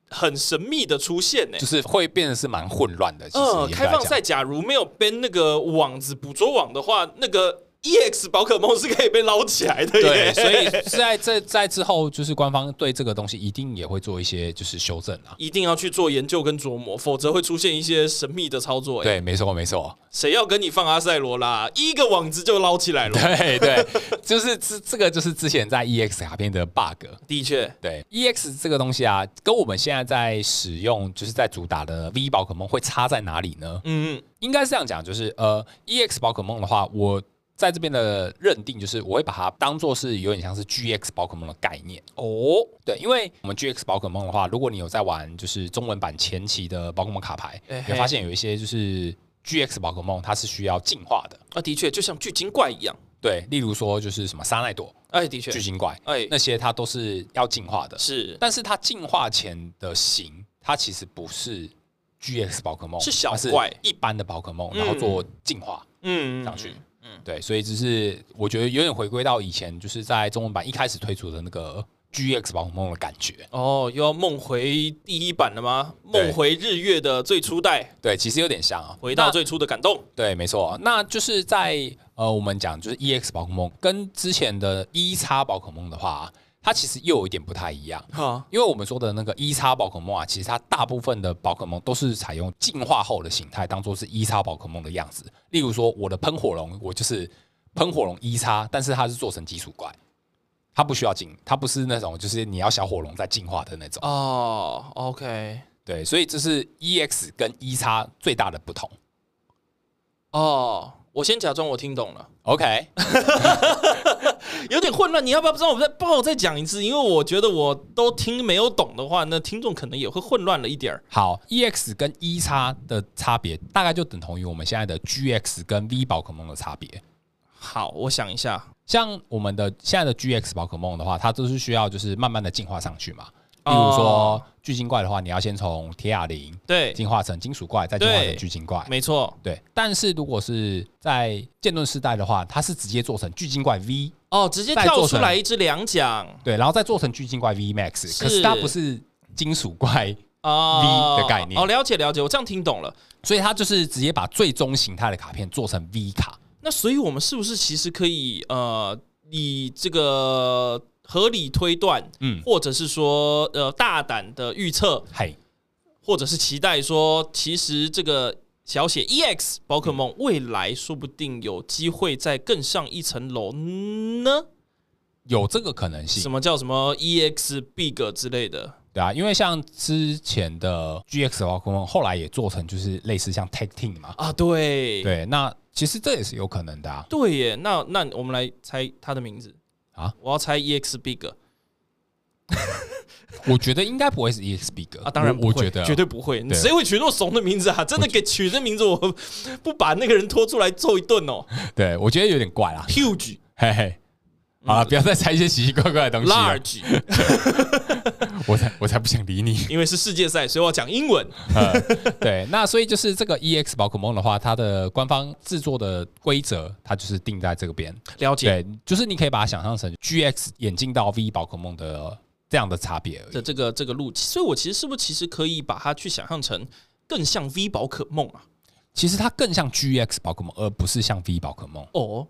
B: 很神秘的出现呢
A: 就。是会变得是蛮混乱的。其实
B: 呃，
A: 严格
B: 开
A: 来
B: 放
A: 讲
B: 赛假如没有编那个网子捕捉网的话，那个 EX 宝可梦是可以被捞起来的耶。
A: 对，所以在这在之后，就是官方对这个东西一定也会做一些就是修正啊。
B: 一定要去做研究跟琢磨，否则会出现一些神秘的操作。，
A: 对，没错，没错，
B: 谁要跟你放阿塞罗啦？一个网子就捞起来了。
A: 对对，就是这这个就是之前在 EX 卡片的 bug。
B: 的确，
A: 对 EX 这个东西啊，跟我们现在在使用，就是在主打的 V 宝可梦会差在哪里呢？
B: 嗯，
A: 应该是这样讲，就是呃，EX 宝可梦的话，我在这边的认定就是我会把它当做是有点像是 GX 宝可梦的概念哦。对，因为我们 GX 宝可梦的话，如果你有在玩就是中文版前期的宝可梦卡牌，
B: 哎
A: 你
B: 嘿
A: 会发现有一些就是 GX 宝可梦它是需要进化的。
B: 啊，的确，就像巨精怪一样。
A: 对，例如说就是什么沙奈朵、
B: 哎，的确
A: 巨，型怪
B: 哎，
A: 那些，它都是要进化的。
B: 是
A: 但是它进化前的型，它其实不是 GX 宝可梦，
B: 是小
A: 它是
B: 怪
A: 一般的宝可梦，然后做进化。
B: 嗯
A: 上去。
B: 嗯，
A: 对，所以就是我觉得有点回归到以前就是在中文版一开始推出的那个 GX 宝可梦的感觉。
B: 哦，又要梦回第一版了吗？
A: 对
B: 梦回日月的最初代，
A: 对，其实有点像啊。
B: 回到
A: 那
B: 最初的感动。
A: 对，没错，啊那就是在呃，我们讲就是 EX 宝可梦跟之前的一叉宝可梦的话，它其实又有一点不太一样。
B: 哈，
A: 因为我们说的那个一叉宝可梦啊，其实它大部分的宝可梦都是采用进化后的形态，当做是一叉宝可梦的样子。例如说，我的喷火龙，我就是喷火龙一叉，但是它是做成基础怪，它不需要进，它不是那种就是你要小火龙在进化的那种。
B: 哦，OK，
A: 对，所以这是 EX 跟一叉最大的不同。
B: 哦，我先假装我听懂了，
A: OK，
B: 有点混乱。你要不要帮我再帮我再讲一次？因为我觉得我都听没有懂的话，那听众可能也会混乱了一点儿。
A: 好，EX 跟一叉的差别大概就等同于我们现在的 GX 跟 V 宝可梦的差别。
B: 好，我想一下。
A: 像我们的现在的 GX 宝可梦的话，它都是需要就是慢慢的进化上去嘛。
B: 哦
A: 例如说巨精怪的话，你要先从铁哑铃
B: 对，
A: 进化成金属怪，再进化成巨精怪。
B: 没错。
A: 对，但是如果是在剑盾世代的话，它是直接做成巨精怪 V，
B: 哦，直接
A: 再
B: 跳
A: 做
B: 出
A: 成
B: 来一只两奖
A: 对，然后再做成巨精怪 V Max，
B: 是
A: 可是它不是金属怪，
B: 啊
A: V 的概念
B: 哦，了解了解，我这样听懂了。
A: 所以它就是直接把最终形态的卡片做成 V 卡。
B: 那所以我们是不是其实可以呃，以这个合理推断，
A: 嗯，
B: 或者是说呃大胆的预测，
A: 嘿，
B: 或者是期待说，其实这个小写 EX 宝可
A: 嗯
B: 梦未来说不定有机会再更上一层楼呢？
A: 有这个可能性
B: 什。么叫什么 EX Big 之类的？
A: 对啊，因为像之前的 GX 宝可梦，后来也做成就是类似像 Tag Team 嘛，
B: 啊，对
A: 对，那其实这也是有可能的啊。
B: 对耶，那那我们来猜它的名字
A: 啊，
B: 我要猜 EX Big 啊
A: 我觉得应该不会是 E EX b i g
B: 啊，当然
A: 我
B: 不
A: 我
B: 会
A: 觉得
B: 绝对不会，
A: 对啊
B: 谁会取那么怂的名字啊？真的给取这名字，我不把那个人拖出来揍一顿 哦。
A: 对，我觉得有点怪啦，
B: Huge
A: 嘿嘿。
B: 嗯
A: 好了，不要再猜一些奇奇怪怪的东西了。
B: large，
A: 我才我才不想理 你。
B: 因为是世界赛，所以我要讲英文。
A: 呃对，那所以就是这个 EX 宝可梦的话，它的官方制作的规则，它就是定在这个边。
B: 了解
A: 对，就是你可以把它想象成 GX 眼镜到 V 宝可梦的这样的差别而已
B: 的。这个这个路，所以我其实是不是其实可以把它去想象成更像 V 宝可梦啊？
A: 其实它更像 GX 宝可梦，而不是像 V 宝可梦。
B: 哦，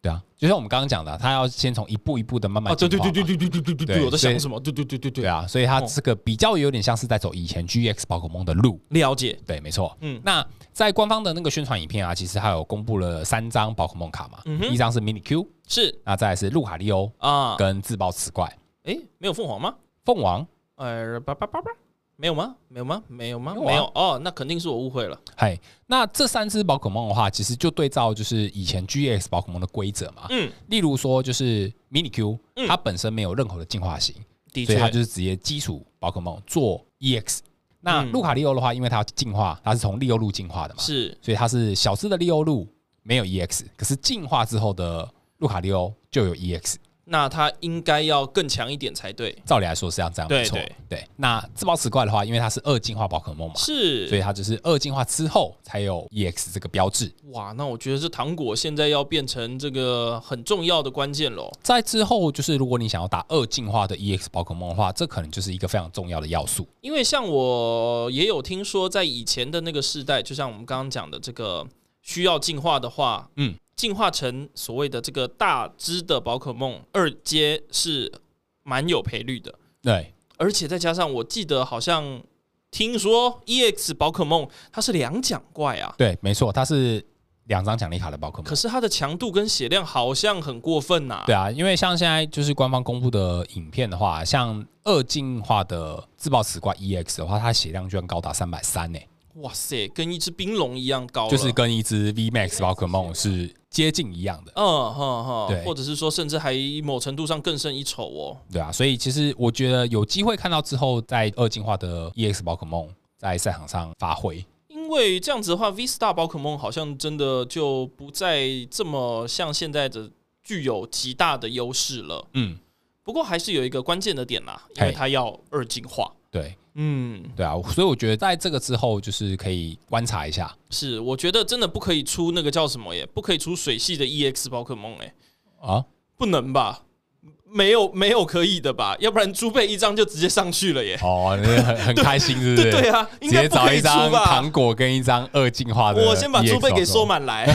A: 对啊，就像我们刚刚讲的啊，他要先从一步一步的慢慢
B: 啊，对
A: 进
B: 对
A: 化
B: 对
A: 嘛
B: 对对对对对对
A: 对
B: 对，我在想
A: 所以
B: 什么？对对对对
A: 对
B: 对，
A: 啊，所以他
B: 哦
A: 这个比较有点像是在走以前 GX 宝可梦的路。
B: 了解，
A: 对，没错。
B: 嗯
A: 那在官方的那个宣传影片啊，其实它有公布了三张宝可梦卡嘛，
B: 嗯哼
A: 一张是 Mini Q，
B: 是
A: 那再来是路卡利欧
B: 啊，
A: 跟自爆磁怪
B: 诶，没有凤凰吗？
A: 凤凰，
B: 呃，叭叭叭叭，没有吗？没有吗？没有吗？
A: 没有啊
B: 没有哦，那肯定是我误会了。
A: 嘿，那这三只宝可梦的话，其实就对照就是以前 GX 宝可梦的规则嘛，
B: 嗯，
A: 例如说就是 Mini Q，、
B: 嗯
A: 它本身没有任何的进化型，
B: 的
A: 所
B: 确
A: 以它，就是直接基础宝可梦做 EX。那
B: 嗯
A: 路卡利欧的话，因为它要进化，它是从利欧路进化的嘛，
B: 是
A: 所以它是小只的利欧路没有 EX，可是进化之后的路卡利欧就有 E EX。
B: 那它应该要更强一点才对。
A: 照理来说是要这样，
B: 对
A: 没错
B: 对。
A: 对，那自爆磁怪的话，因为它是二进化宝可梦嘛，所以
B: 是
A: 它就是二进化之后才有 EX 这个标志。
B: 哇，那我觉得这糖果现在要变成这个很重要的关键喽。
A: 在之后，就是如果你想要打二进化的 EX 宝可梦的话，这可能就是一个非常重要的要素。
B: 因为像我也有听说，在以前的那个世代，就像我们刚刚讲的，这个需要进化的话，
A: 嗯，
B: 进化成所谓的这个大只的宝可梦二阶是蛮有赔率的，
A: 对，
B: 而且再加上我记得好像听说 EX 宝可梦它是两奖怪啊，
A: 对，没错，它是两张奖励卡的宝可梦
B: 可。是它的强度跟血量好像很过分呐、
A: 对啊，因为像现在就是官方公布的影片的话，像二进化的自爆磁怪 EX E 的话，它血量居然高达三百三呢，
B: 哇塞，跟一只冰龙一样高了，
A: 就是跟一只 VMAX 宝可梦是接近一样的。
B: 嗯哼哼，
A: 对
B: 或者是说甚至还某程度上更胜一筹哦。
A: 对啊，所以其实我觉得有机会看到之后，在二进化的 EX 宝可梦在赛场上发挥。
B: 因为这样子的话，V Star 宝可梦好像真的就不再这么像现在的具有极大的优势了。
A: 嗯，
B: 不过还是有一个关键的点啦，因为
A: 嘿
B: 它要二进化。
A: 对
B: 嗯，
A: 对啊，所以我觉得在这个之后，就是可以观察一下。
B: 是，我觉得真的不可以出那个叫什么耶，不可以出水系的 EX 宝可梦哎，
A: 啊，
B: 不能吧？没有没有可以的吧？要不然猪背一张就直接上去了耶。
A: 哦，那个很很开心，是不是？
B: 对对啊，
A: 直
B: 应该
A: 接
B: 不可
A: 找
B: 以
A: 一
B: 出
A: 张
B: 吧
A: 糖？果跟一张二进化的 EX 宝可梦。
B: 我先把猪背给收满来，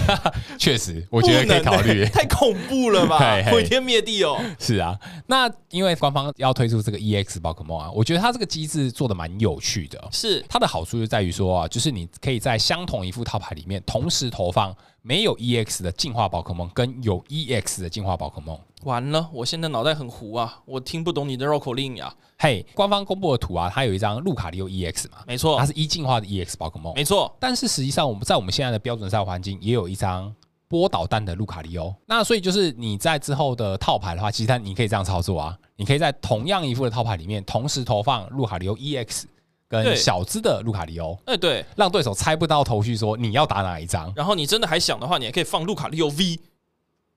A: 确实，我觉得可以
B: 不
A: 考
B: 能欸
A: 虑。
B: 太恐怖了吧
A: 嘿？嘿
B: 毁天灭地哦！
A: 是啊，那因为官方要推出这个 EX 宝可梦啊，我觉得它这个机制做的蛮有趣的。
B: 是，
A: 它的好处就在于说啊，就是你可以在相同一副套牌里面同时投放没有 EX 的进化宝可梦跟有 EX 的进化宝可梦。
B: 完了，我现在脑袋很糊啊，我听不懂你的绕口令啊。
A: 嘿，官方公布的图啊，它有一张路卡利欧 EX 嘛，
B: 没错
A: 它，是一进化的 EX 宝可梦。
B: 没错，
A: 但是实际上，我们在我们现在的标准赛环境也有一张波导弹的路卡利欧。那所以就是你在之后的套牌的话，其实它你可以这样操作啊，你可以在同样一副的套牌里面同时投放路卡利欧 EX
B: 对
A: 跟小只的路卡利欧，
B: 哎、对。
A: 让对手猜不到头绪，说你要打哪一张。
B: 然后你真的还想的话，你还可以放路卡六 V。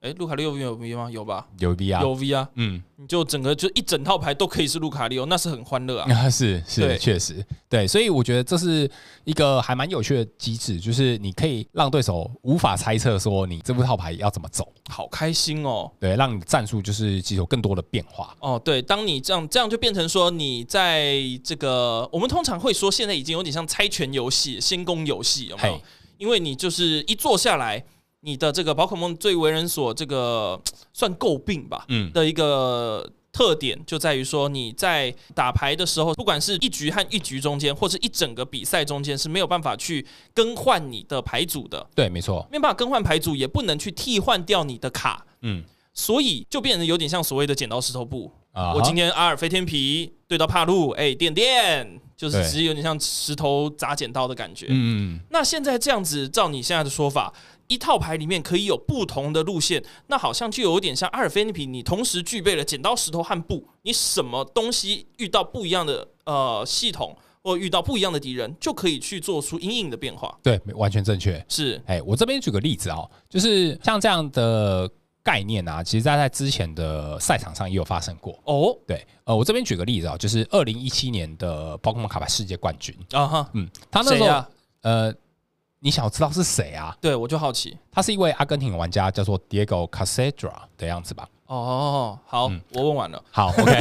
B: 哎，路卡六 V 有 V 吗？有吧，
A: 牛逼啊！
B: 有 V 啊，
A: 嗯，
B: 你就整个就一整套牌都可以是路卡六，那是很欢乐啊。
A: 嗯是
B: 对
A: 是，确实对，所以我觉得这是一个还蛮有趣的机制，就是你可以让对手无法猜测说你这副套牌要怎么走，
B: 好开心哦。
A: 对，让你战术就是具有更多的变化。
B: 哦，对，当你这样这样就变成说你在这个我们通常会说现在已经有点像猜拳游戏、先攻游戏，有没有
A: 嘿？
B: 因为你就是一坐下来，你的这个宝可梦最为人所这个算诟病吧，
A: 嗯
B: 的一个特点就在于说，你在打牌的时候，不管是一局和一局中间，或是一整个比赛中间，是没有办法去更换你的牌组的，
A: 对，没错，
B: 没有办法更换牌组，也不能去替换掉你的卡，
A: 嗯
B: 所以就变得有点像所谓的剪刀石头布。
A: 啊
B: 我今
A: 天
B: 天阿尔飞天皮对到帕路，哎、点点，就是
A: 对
B: 其实有点像石头砸剪刀的感觉。
A: 嗯，嗯
B: 那现在这样子，照你现在的说法，一套牌里面可以有不同的路线，那好像就有点像阿尔菲尼皮，你同时具备了剪刀石头和布，你什么东西遇到不一样的呃系统，或遇到不一样的敌人，就可以去做出阴影的变化。
A: 对，没完全正确。
B: 是，
A: 哎，我这边举个例子哦，就是像这样的概念啊，其实在在之前的赛场上也有发生过。
B: 哦，
A: 对，呃，我这边举个例子啊、就是二零一七年的宝可梦卡牌世界冠军，
B: 啊哈，
A: 嗯，他那
B: 谁
A: 时候、
B: 呀、
A: 呃，你想知道是谁啊？
B: 对，我就好奇。
A: 他是一位阿根廷玩家，叫做 Diego Casadra 的样子吧？
B: 哦，好，我问完了，
A: 好，OK，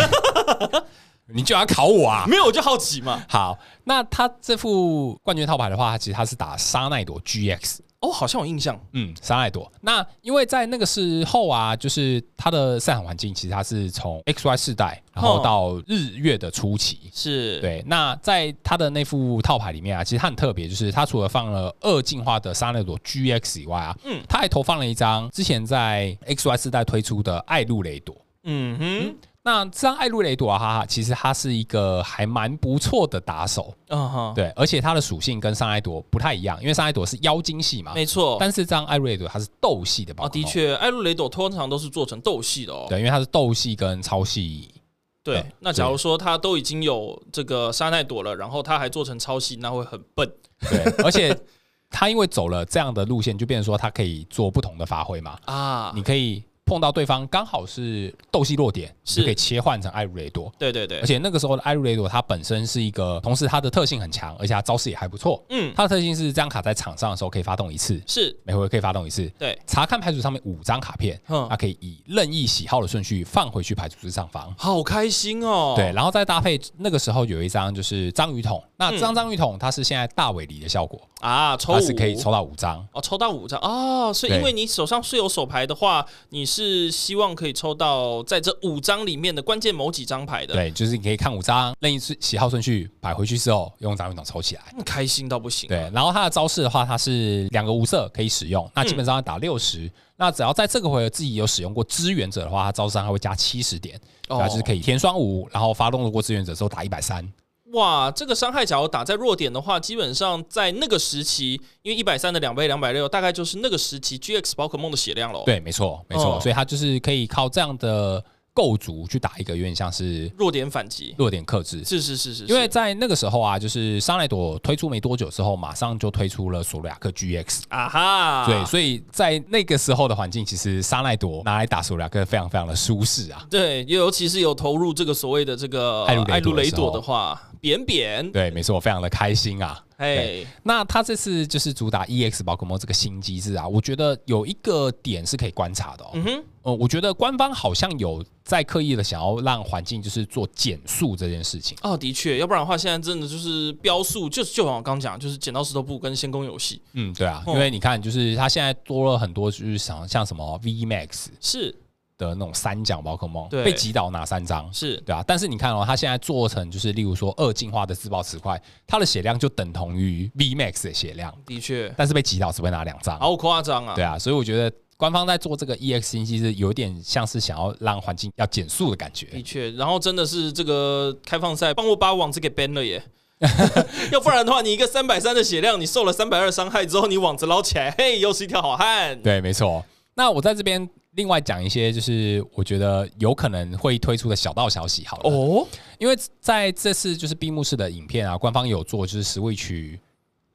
A: 你就要考我啊？
B: 没有我就好奇嘛。
A: 好，那他这副冠军套牌的话，其实他是打沙奈朵 GX，
B: 哦，好像有印象。
A: 嗯，三爱朵。那因为在那个时候啊，就是它的赛场环境其实它是从 X Y 世代，然后到日月的初期。
B: 是，，
A: 对，那在它的那副套牌里面啊，其实它很特别，就是它除了放了二进化的沙奈朵 GX 以外啊，
B: 嗯
A: 嗯，它还投放了一张之前在 XY 世代推出的艾露雷朵。
B: 嗯哼，
A: 那这张艾露雷朵啊，哈哈，其实它是一个还蛮不错的打手，
B: 嗯哼，
A: 对，而且它的属性跟上艾朵不太一样，因为上艾朵是妖精系嘛，
B: 没错。
A: 但是这张艾露雷朵它是斗系的宝
B: 哦，
A: 可
B: 的
A: 梦，
B: 确，艾露雷斗通常都是做成斗系的哦。
A: 对，因为它是斗系跟超系，
B: 对，
A: 对
B: 那假如说他都已经有这个沙奈朵了，然后他还做成超系，那会很笨。
A: 对，而且它因为走了这样的路线，就变成说它可以做不同的发挥嘛，
B: 啊，
A: 你可以碰到对方刚好是斗系弱点，你
B: 是
A: 就可以切换成艾瑞雷多。
B: 对对对
A: 而，且那个时候的艾瑞雷多，它本身是一个，同时它的特性很强，而且它招式也还不错。
B: 嗯，
A: 它的特性是这张卡在场上的时候可以发动一次，
B: 是，
A: 每回可以发动一次。
B: 对，
A: 查看牌组上面五张卡片，
B: 嗯
A: 它可以以任意喜好的顺序放回去牌组之上方。
B: 好开心哦。
A: 对，，然后再搭配那个时候有一张就是章鱼桶，那这
B: 嗯
A: 张章鱼桶它是现在大尾离的效果，
B: 啊，抽
A: 它
B: 五
A: 是可以抽到五张。
B: 哦，抽到五张哦，所以
A: 对
B: 因为你手上是有手牌的话，你是希望可以抽到在这五张里面的关键某几张牌的，
A: 对，就是你可以看五张，任意喜好顺序摆回去之后，用章鱼桶抽起来。
B: 嗯开心到不行。
A: 对，然后它的招式的话，它是两个无色可以使用，那基本上打六十、
B: 嗯
A: 那只要在这个回合自己有使用过支援者的话，它招式上还会加七十点，
B: 哦
A: 然后就是可以填双五，然后发动过支援者之后打一百三，
B: 哇，这个伤害假如打在弱点的话，基本上在那个时期，因为一百三的两倍、两百六，大概就是那个时期 GX 宝可梦的血量喽。，
A: 对，没错，没错，
B: 哦
A: 所以它就是可以靠这样的构筑去打一个有点像是
B: 弱点反击，
A: 弱点克制。
B: 是是是是，
A: 因为
B: 是
A: 在那个时候啊，就是沙奈朵推出没多久之后，马上就推出了索鲁亚克 GX，、
B: 啊哈，
A: 对，所以在那个时候的环境，其实沙奈朵拿来打索鲁亚克非常非常的舒适啊。
B: 对，尤其是有投入这个所谓的这个
A: 艾露雷朵
B: 雷
A: 的时候
B: 朵的话，扁扁，
A: 对，没错，非常的开心啊。
B: 哎
A: 对，那他这次就是主打 EX 宝可梦这个新机制啊，我觉得有一个点是可以观察的哦。
B: 嗯哼，
A: 呃，我觉得官方好像有在刻意的想要让环境就是做减速这件事情。
B: 哦，的确，要不然的话，现在真的就是标速，就就像我刚讲，就是剪刀石头布跟先攻游戏
A: 嗯，对啊，
B: 哦
A: 因为你看，就是他现在多了很多，就是像像什么 V Max
B: 是
A: 的那种三奖宝可梦，
B: 对
A: 被击倒哪三张？
B: 是
A: 对啊，但是你看哦，它现在做成就是，例如说二进化的自爆磁块，它的血量就等同于 V Max 的血量，
B: 的确，
A: 但是被击倒只会拿两张。
B: 好夸张啊！
A: 对啊，所以我觉得官方在做这个 E EX 信息是有点像是想要让环境要减速的感
B: 的
A: 觉。
B: 确，然后真的是这个开放赛帮我把网子给 ban 了耶， 要不然的话，你一个三百三的血量，你受了三百二伤害之后，你网子捞起来，嘿，又是一条好汉。
A: 对，没错。那我在这边另外讲一些，就是我觉得有可能会推出的小道消息好了。哦，
B: 哦，
A: 因为在这次就是闭幕式的影片啊，官方有做就是 Switch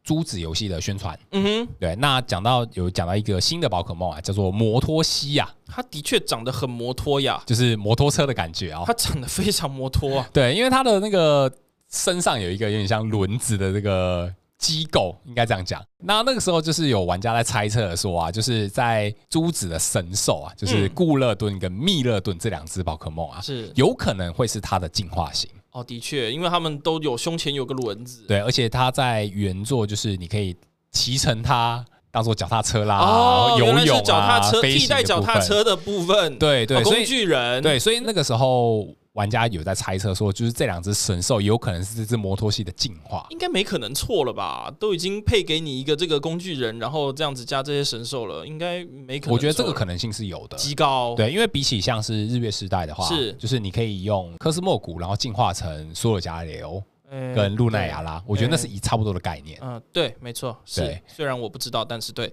A: 珠子游戏的宣传。
B: 嗯哼，
A: 对，那讲到有讲到一个新的宝可梦啊，叫做摩托西啊，
B: 他的确长得很摩托呀，
A: 就是摩托车的感觉啊、
B: 他长得非常摩托啊。
A: 对，因为它的那个身上有一个有点像轮子的这个机构，应该这样讲。那那个时候就是有玩家在猜测说啊，就是在珠子的神兽啊，就是
B: 嗯
A: 固勒顿跟密勒顿这两只宝可梦啊，
B: 是
A: 有可能会是它的进化型。
B: 哦，的确，因为他们都有胸前有个轮子。
A: 对，而且它在原作就是你可以骑乘它。当做脚踏车啦，
B: 哦，
A: 游
B: 原来
A: 泳
B: 是
A: 啊，
B: 脚踏车
A: 飞
B: 替
A: 行的
B: 代脚踏
A: 部分
B: 车的部分，
A: 对对
B: 哦
A: 所以
B: 工具人，
A: 对，所以那个时候玩家有在猜测说，就是这两只神兽有可能是这只摩托系的进化。
B: 应该没可能错了吧？都已经配给你一个这个工具人，然后这样子加这些神兽了，应该没可能错了。
A: 我觉得这个可能性是有的。
B: 极高，
A: 对，因为比起像是日月时代的话，
B: 是
A: 就是你可以用科斯莫古，然后进化成索尔加雷欧
B: 呃，
A: 跟露奈亚拉，我觉得那是一差不多的概念
B: 对，。嗯，对，没错，是
A: 对。
B: 虽然我不知道，但是对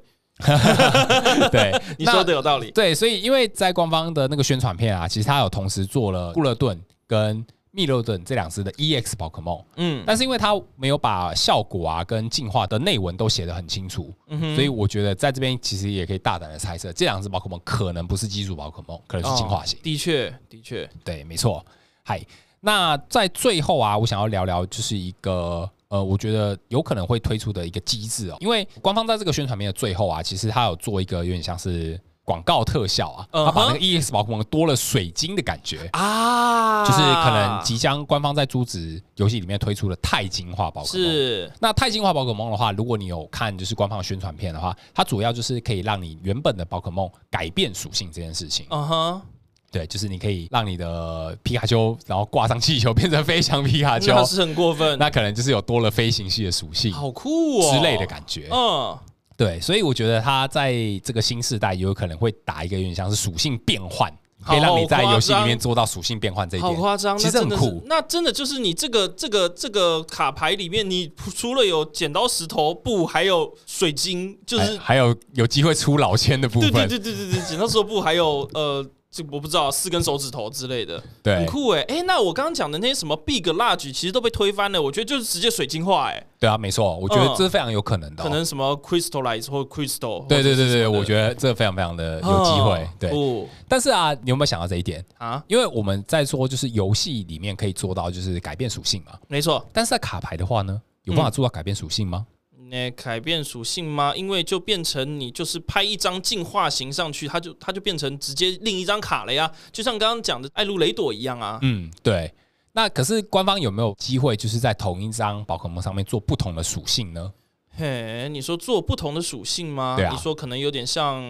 A: 对，
B: 你
A: 那
B: 说的有道理。
A: 对，所以因为在官方的那个宣传片啊，其实它有同时做了固勒顿跟密勒顿这两只的 EX 宝可梦，
B: 嗯，
A: 但是因为它没有把效果啊跟进化的内文都写得很清楚，
B: 嗯哼
A: 所以我觉得在这边其实也可以大胆的猜测，这两只宝可梦可能不是基础宝可梦，可能是进化型。
B: 哦的确，的确，
A: 对，没错。嗨，那在最后啊，我想要聊聊就是一个呃，我觉得有可能会推出的一个机制哦，因为官方在这个宣传片的最后啊，其实它有做一个有点像是广告特效啊，
B: 嗯
A: 它
B: 哼
A: 把那个 EX 宝可梦多了水晶的感觉。
B: 啊，
A: 就是可能即将官方在珠子游戏里面推出的钛金化宝可梦。
B: 是
A: 那钛金化宝可梦的话，如果你有看就是官方宣传片的话，它主要就是可以让你原本的宝可梦改变属性这件事情。
B: 嗯哼，
A: 对，就是你可以让你的皮卡丘，然后挂上气球变成飞翔皮卡丘，
B: 那是很过分，
A: 那可能就是有多了飞行系的属性
B: 好酷哦
A: 之类的感觉。
B: 嗯，
A: 对，所以我觉得它在这个新世代也有可能会打一个有点像是属性变换，可以让你在游戏里面做到属性变换这一
B: 好
A: 点。
B: 夸张，
A: 其实
B: 那
A: 很
B: 真的
A: 酷
B: 是。那真的就是你这个这个这个卡牌里面，你除了有剪刀石头布，还有水晶，就是
A: 还还有有机会出老千的哎部
B: 对对
A: 分，
B: 对对对对，剪刀石头布，还有呃，这我不知道四根手指头之类的，很
A: 对
B: 酷哎、哎、那我刚刚讲的那些什么 big large，其实都被推翻了，我觉得就是直接水晶化哎、
A: 对啊，没错，我觉得这是非常有可能的哦、
B: 嗯可能什么 crystallize 或嗯 crystal，
A: 对对对对，我
B: 得
A: 觉得这非常非常的有机会。对，
B: 不
A: 但是啊，你有没有想到这一点？
B: 哦啊，
A: 因为我们在说就是游戏里面可以做到就是改变属性嘛，
B: 没错，
A: 但是在卡牌的话呢，有办法做到改变属性吗？
B: 那改变属性吗？因为就变成你就是拍一张进化型上去，它就它就变成直接另一张卡了呀，就像刚刚讲的艾露雷朵一样啊。
A: 嗯，对。那可是官方有没有机会，就是在同一张宝可梦上面做不同的属性呢？
B: 嘿，你说做不同的属性吗？
A: 对啊
B: 你说可能有点像，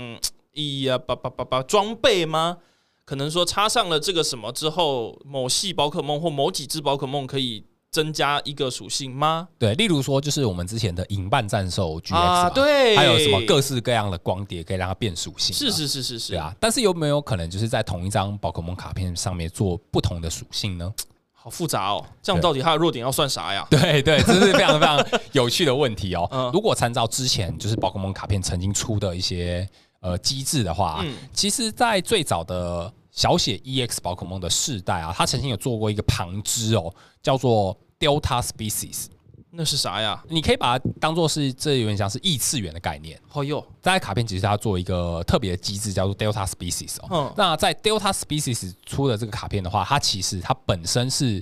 B: 嘖呀，叭叭叭叭装备吗？可能说插上了这个什么之后，某系宝可梦或某几只宝可梦可以增加一个属性吗？
A: 对，例如说就是我们之前的银伴战兽 GX
B: 啊，
A: 嘛
B: 对，
A: 还有什么各式各样的光碟可以让它变属性嘛？
B: 是是是是是
A: 对，啊，但是有没有可能就是在同一张宝可梦卡片上面做不同的属性呢？
B: 好复杂哦。这样
A: 对
B: 到底它的弱点要算啥 呀？
A: 对对，这是非常非常有趣的问题哦
B: 嗯。
A: 如果参照之前就是宝可梦卡片曾经出的一些呃机制的话，
B: 嗯
A: 其实，在最早的小写 EX 宝可梦的世代啊，它曾经有做过一个旁支哦，叫做 Delta Species。
B: 那是啥呀？
A: 你可以把它当做是这有点像是异次元的概念。
B: 哦哟，
A: 在卡片其实它做一个特别的机制，叫做 Delta Species 哦。
B: 嗯
A: 那在 Delta Species 出的这个卡片的话，它其实它本身是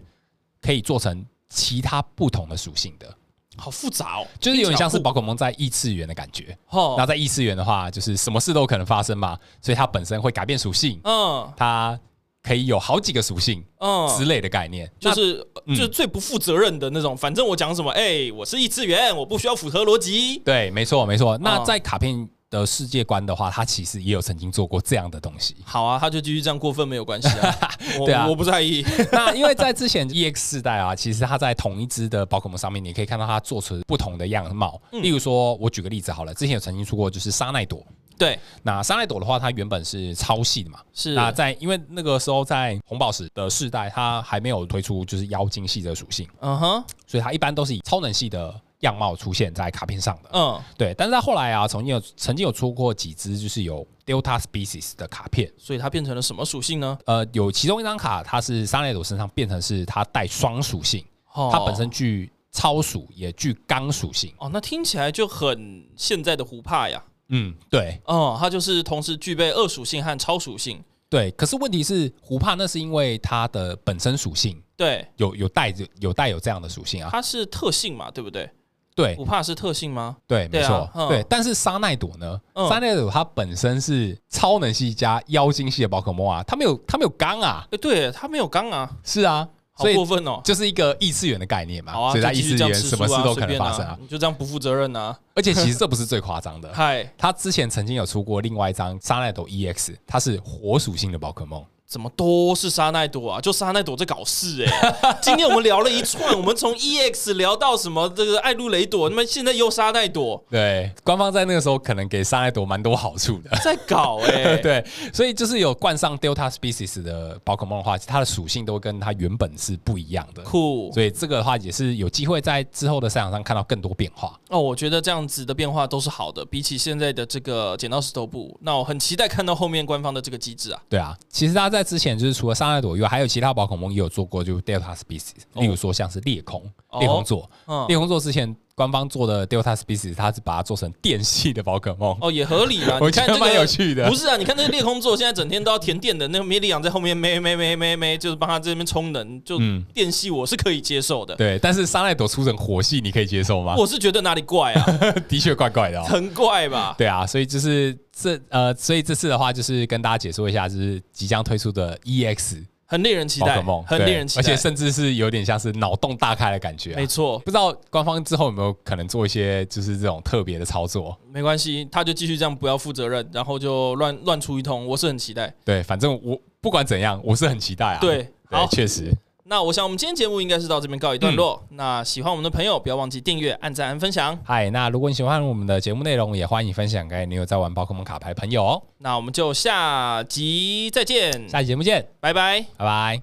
A: 可以做成其他不同的属性的，
B: 好复杂哦，
A: 就是有点像是
B: 宝
A: 宝可梦在异次元的感觉。那
B: 哦，
A: 在异次元的话，就是什么事都有可能发生嘛，所以它本身会改变属性，
B: 嗯
A: 它可以有好几个属性之
B: 嗯，
A: 类的概念。
B: 就
A: 那
B: 是
A: 嗯
B: 就是最不负责任的那种。反正我讲什么，哎，我是异次元，我不需要符合逻辑。
A: 对，没错没错。那
B: 哦
A: 在卡片的世界观的话，它其实也有曾经做过这样的东西。
B: 好啊，他就继续这样过分没有关系 啊，我
A: 对啊
B: 我不在意。
A: 那因为在之 前 EX 世代啊，其实它在同一只的宝可梦上面，你可以看到它做出不同的样貌。例如说，我举个例子好了，之前有曾经出过就是沙奈朵。
B: 对，
A: 那沙奈朵的话，它原本是超细的嘛。
B: 是
A: 那在因为那个时候在红宝石的世代，它还没有推出就是妖精系的属性，
B: 嗯哼，
A: 所以它一般都是以超能系的样貌出现在卡片上的。
B: 嗯，
A: 对，但是它后来啊，曾经有曾经有出过几只就是有 Delta Species 的卡片，
B: 所以它变成了什么属性呢？
A: 呃，有其中一张卡，它是沙奈朵身上变成是它带双属性，
B: 哦
A: 它本身具超属，也具刚属性。
B: 哦，那听起来就很现在的胡帕呀。
A: 嗯，对
B: 哦，它就是同时具备二属性和超属性。
A: 对。可是问题是，胡帕那是因为它的本身属性
B: 对，
A: 有有带着有带有这样的属性啊。
B: 它是特性嘛，对不对？
A: 对
B: 胡帕是特性吗？
A: 对，没
B: 对啊
A: 错
B: 嗯。
A: 对，但是沙奈朵呢？
B: 嗯
A: 沙奈朵它本身是超能系加妖精系的宝可梦啊，它没有它没有刚啊，
B: 哎，对，它没有刚啊，
A: 是啊，
B: 好
A: 所以
B: 过分哦。
A: 就是一个异次元的概念嘛
B: 好，啊，
A: 所以在
B: 就
A: 异
B: 继续
A: 次
B: 这样
A: 元
B: 吃
A: 什么
B: 素
A: 事
B: 啊
A: 都
B: 随
A: 可能
B: 便
A: 发生啊嗯
B: 啊。，你就这样不负责任啊！
A: 而且其 实这不是最夸张的，
B: 嗨，
A: 他之前曾经有出过另外一张沙奈朵 EX，它是火属性的宝可梦。
B: 怎么都是沙奈朵啊？就沙奈朵在搞事哎、 今天我们聊了一串，我们从 EX 聊到什么这个艾露雷朵，那么现在又沙 奈朵
A: 对，官方在那个时候可能给沙奈朵蛮多好处的。
B: 在搞哎、
A: 对，所以就是有冠上 Delta Species 的宝可梦的话，它的属性都跟它原本是不一样的。
B: 酷
A: 所以这个的话也是有机会在之后的赛场上看到更多变化。
B: 哦！我觉得这样子的变化都是好的，比起现在的这个剪刀石头布，那我很期待看到后面官方的这个机制啊。
A: 对啊，其实大家在之前就是除了沙奈朵以外，还有其他宝可梦也有做过，就是 Delta Species，例如说像是裂空、
B: 哦
A: 裂空座、
B: 嗯
A: 裂空座之前官方做的 Delta Species，它是把它做成电系的宝可梦，
B: 哦，也合理啦。
A: 我
B: 你
A: 觉
B: 看
A: 得
B: 这
A: 蛮
B: 个
A: 有趣的
B: 不。是啊，你看那个裂空座现在整天都要填电的，那个米里昂在后面咩咩咩咩咩，就是帮他这边充能，就
A: 嗯
B: 电系我是可以接受的。
A: 对，啊但是沙奈朵出成火系，你可以接受吗？
B: 我是觉得哪里怪啊，
A: 的确怪怪的哦。
B: 很怪吧？
A: 对啊，所以就是这呃，所以这次的话就是跟大家解说一下，就是即将推出的 EX
B: 很令人期
A: 宝
B: 待
A: 可梦，，
B: 很
A: 对
B: 令人期
A: 而且
B: 待。
A: 甚至是有点像是脑洞大开的感觉啊、
B: 没错，
A: 不知道官方之后有没有可能做一些就是这种特别的操作？
B: 没关系，他就继续这样不要负责任，然后就乱乱出一通，我是很期待。
A: 对，反正我不管怎样，我是很期待啊。
B: 对，好
A: 对，，确实，
B: 那我想我们今天节目应该是到这边告一段落。
A: 嗯
B: 那喜欢我们的朋友，不要忘记订阅、按赞、按分享。
A: 嗨，那如果你喜欢我们的节目内容，也欢迎分享给你有在玩宝可梦卡牌的朋友哦。
B: 那我们就下集再见，
A: 下期节目见，
B: 拜拜。
A: 拜拜。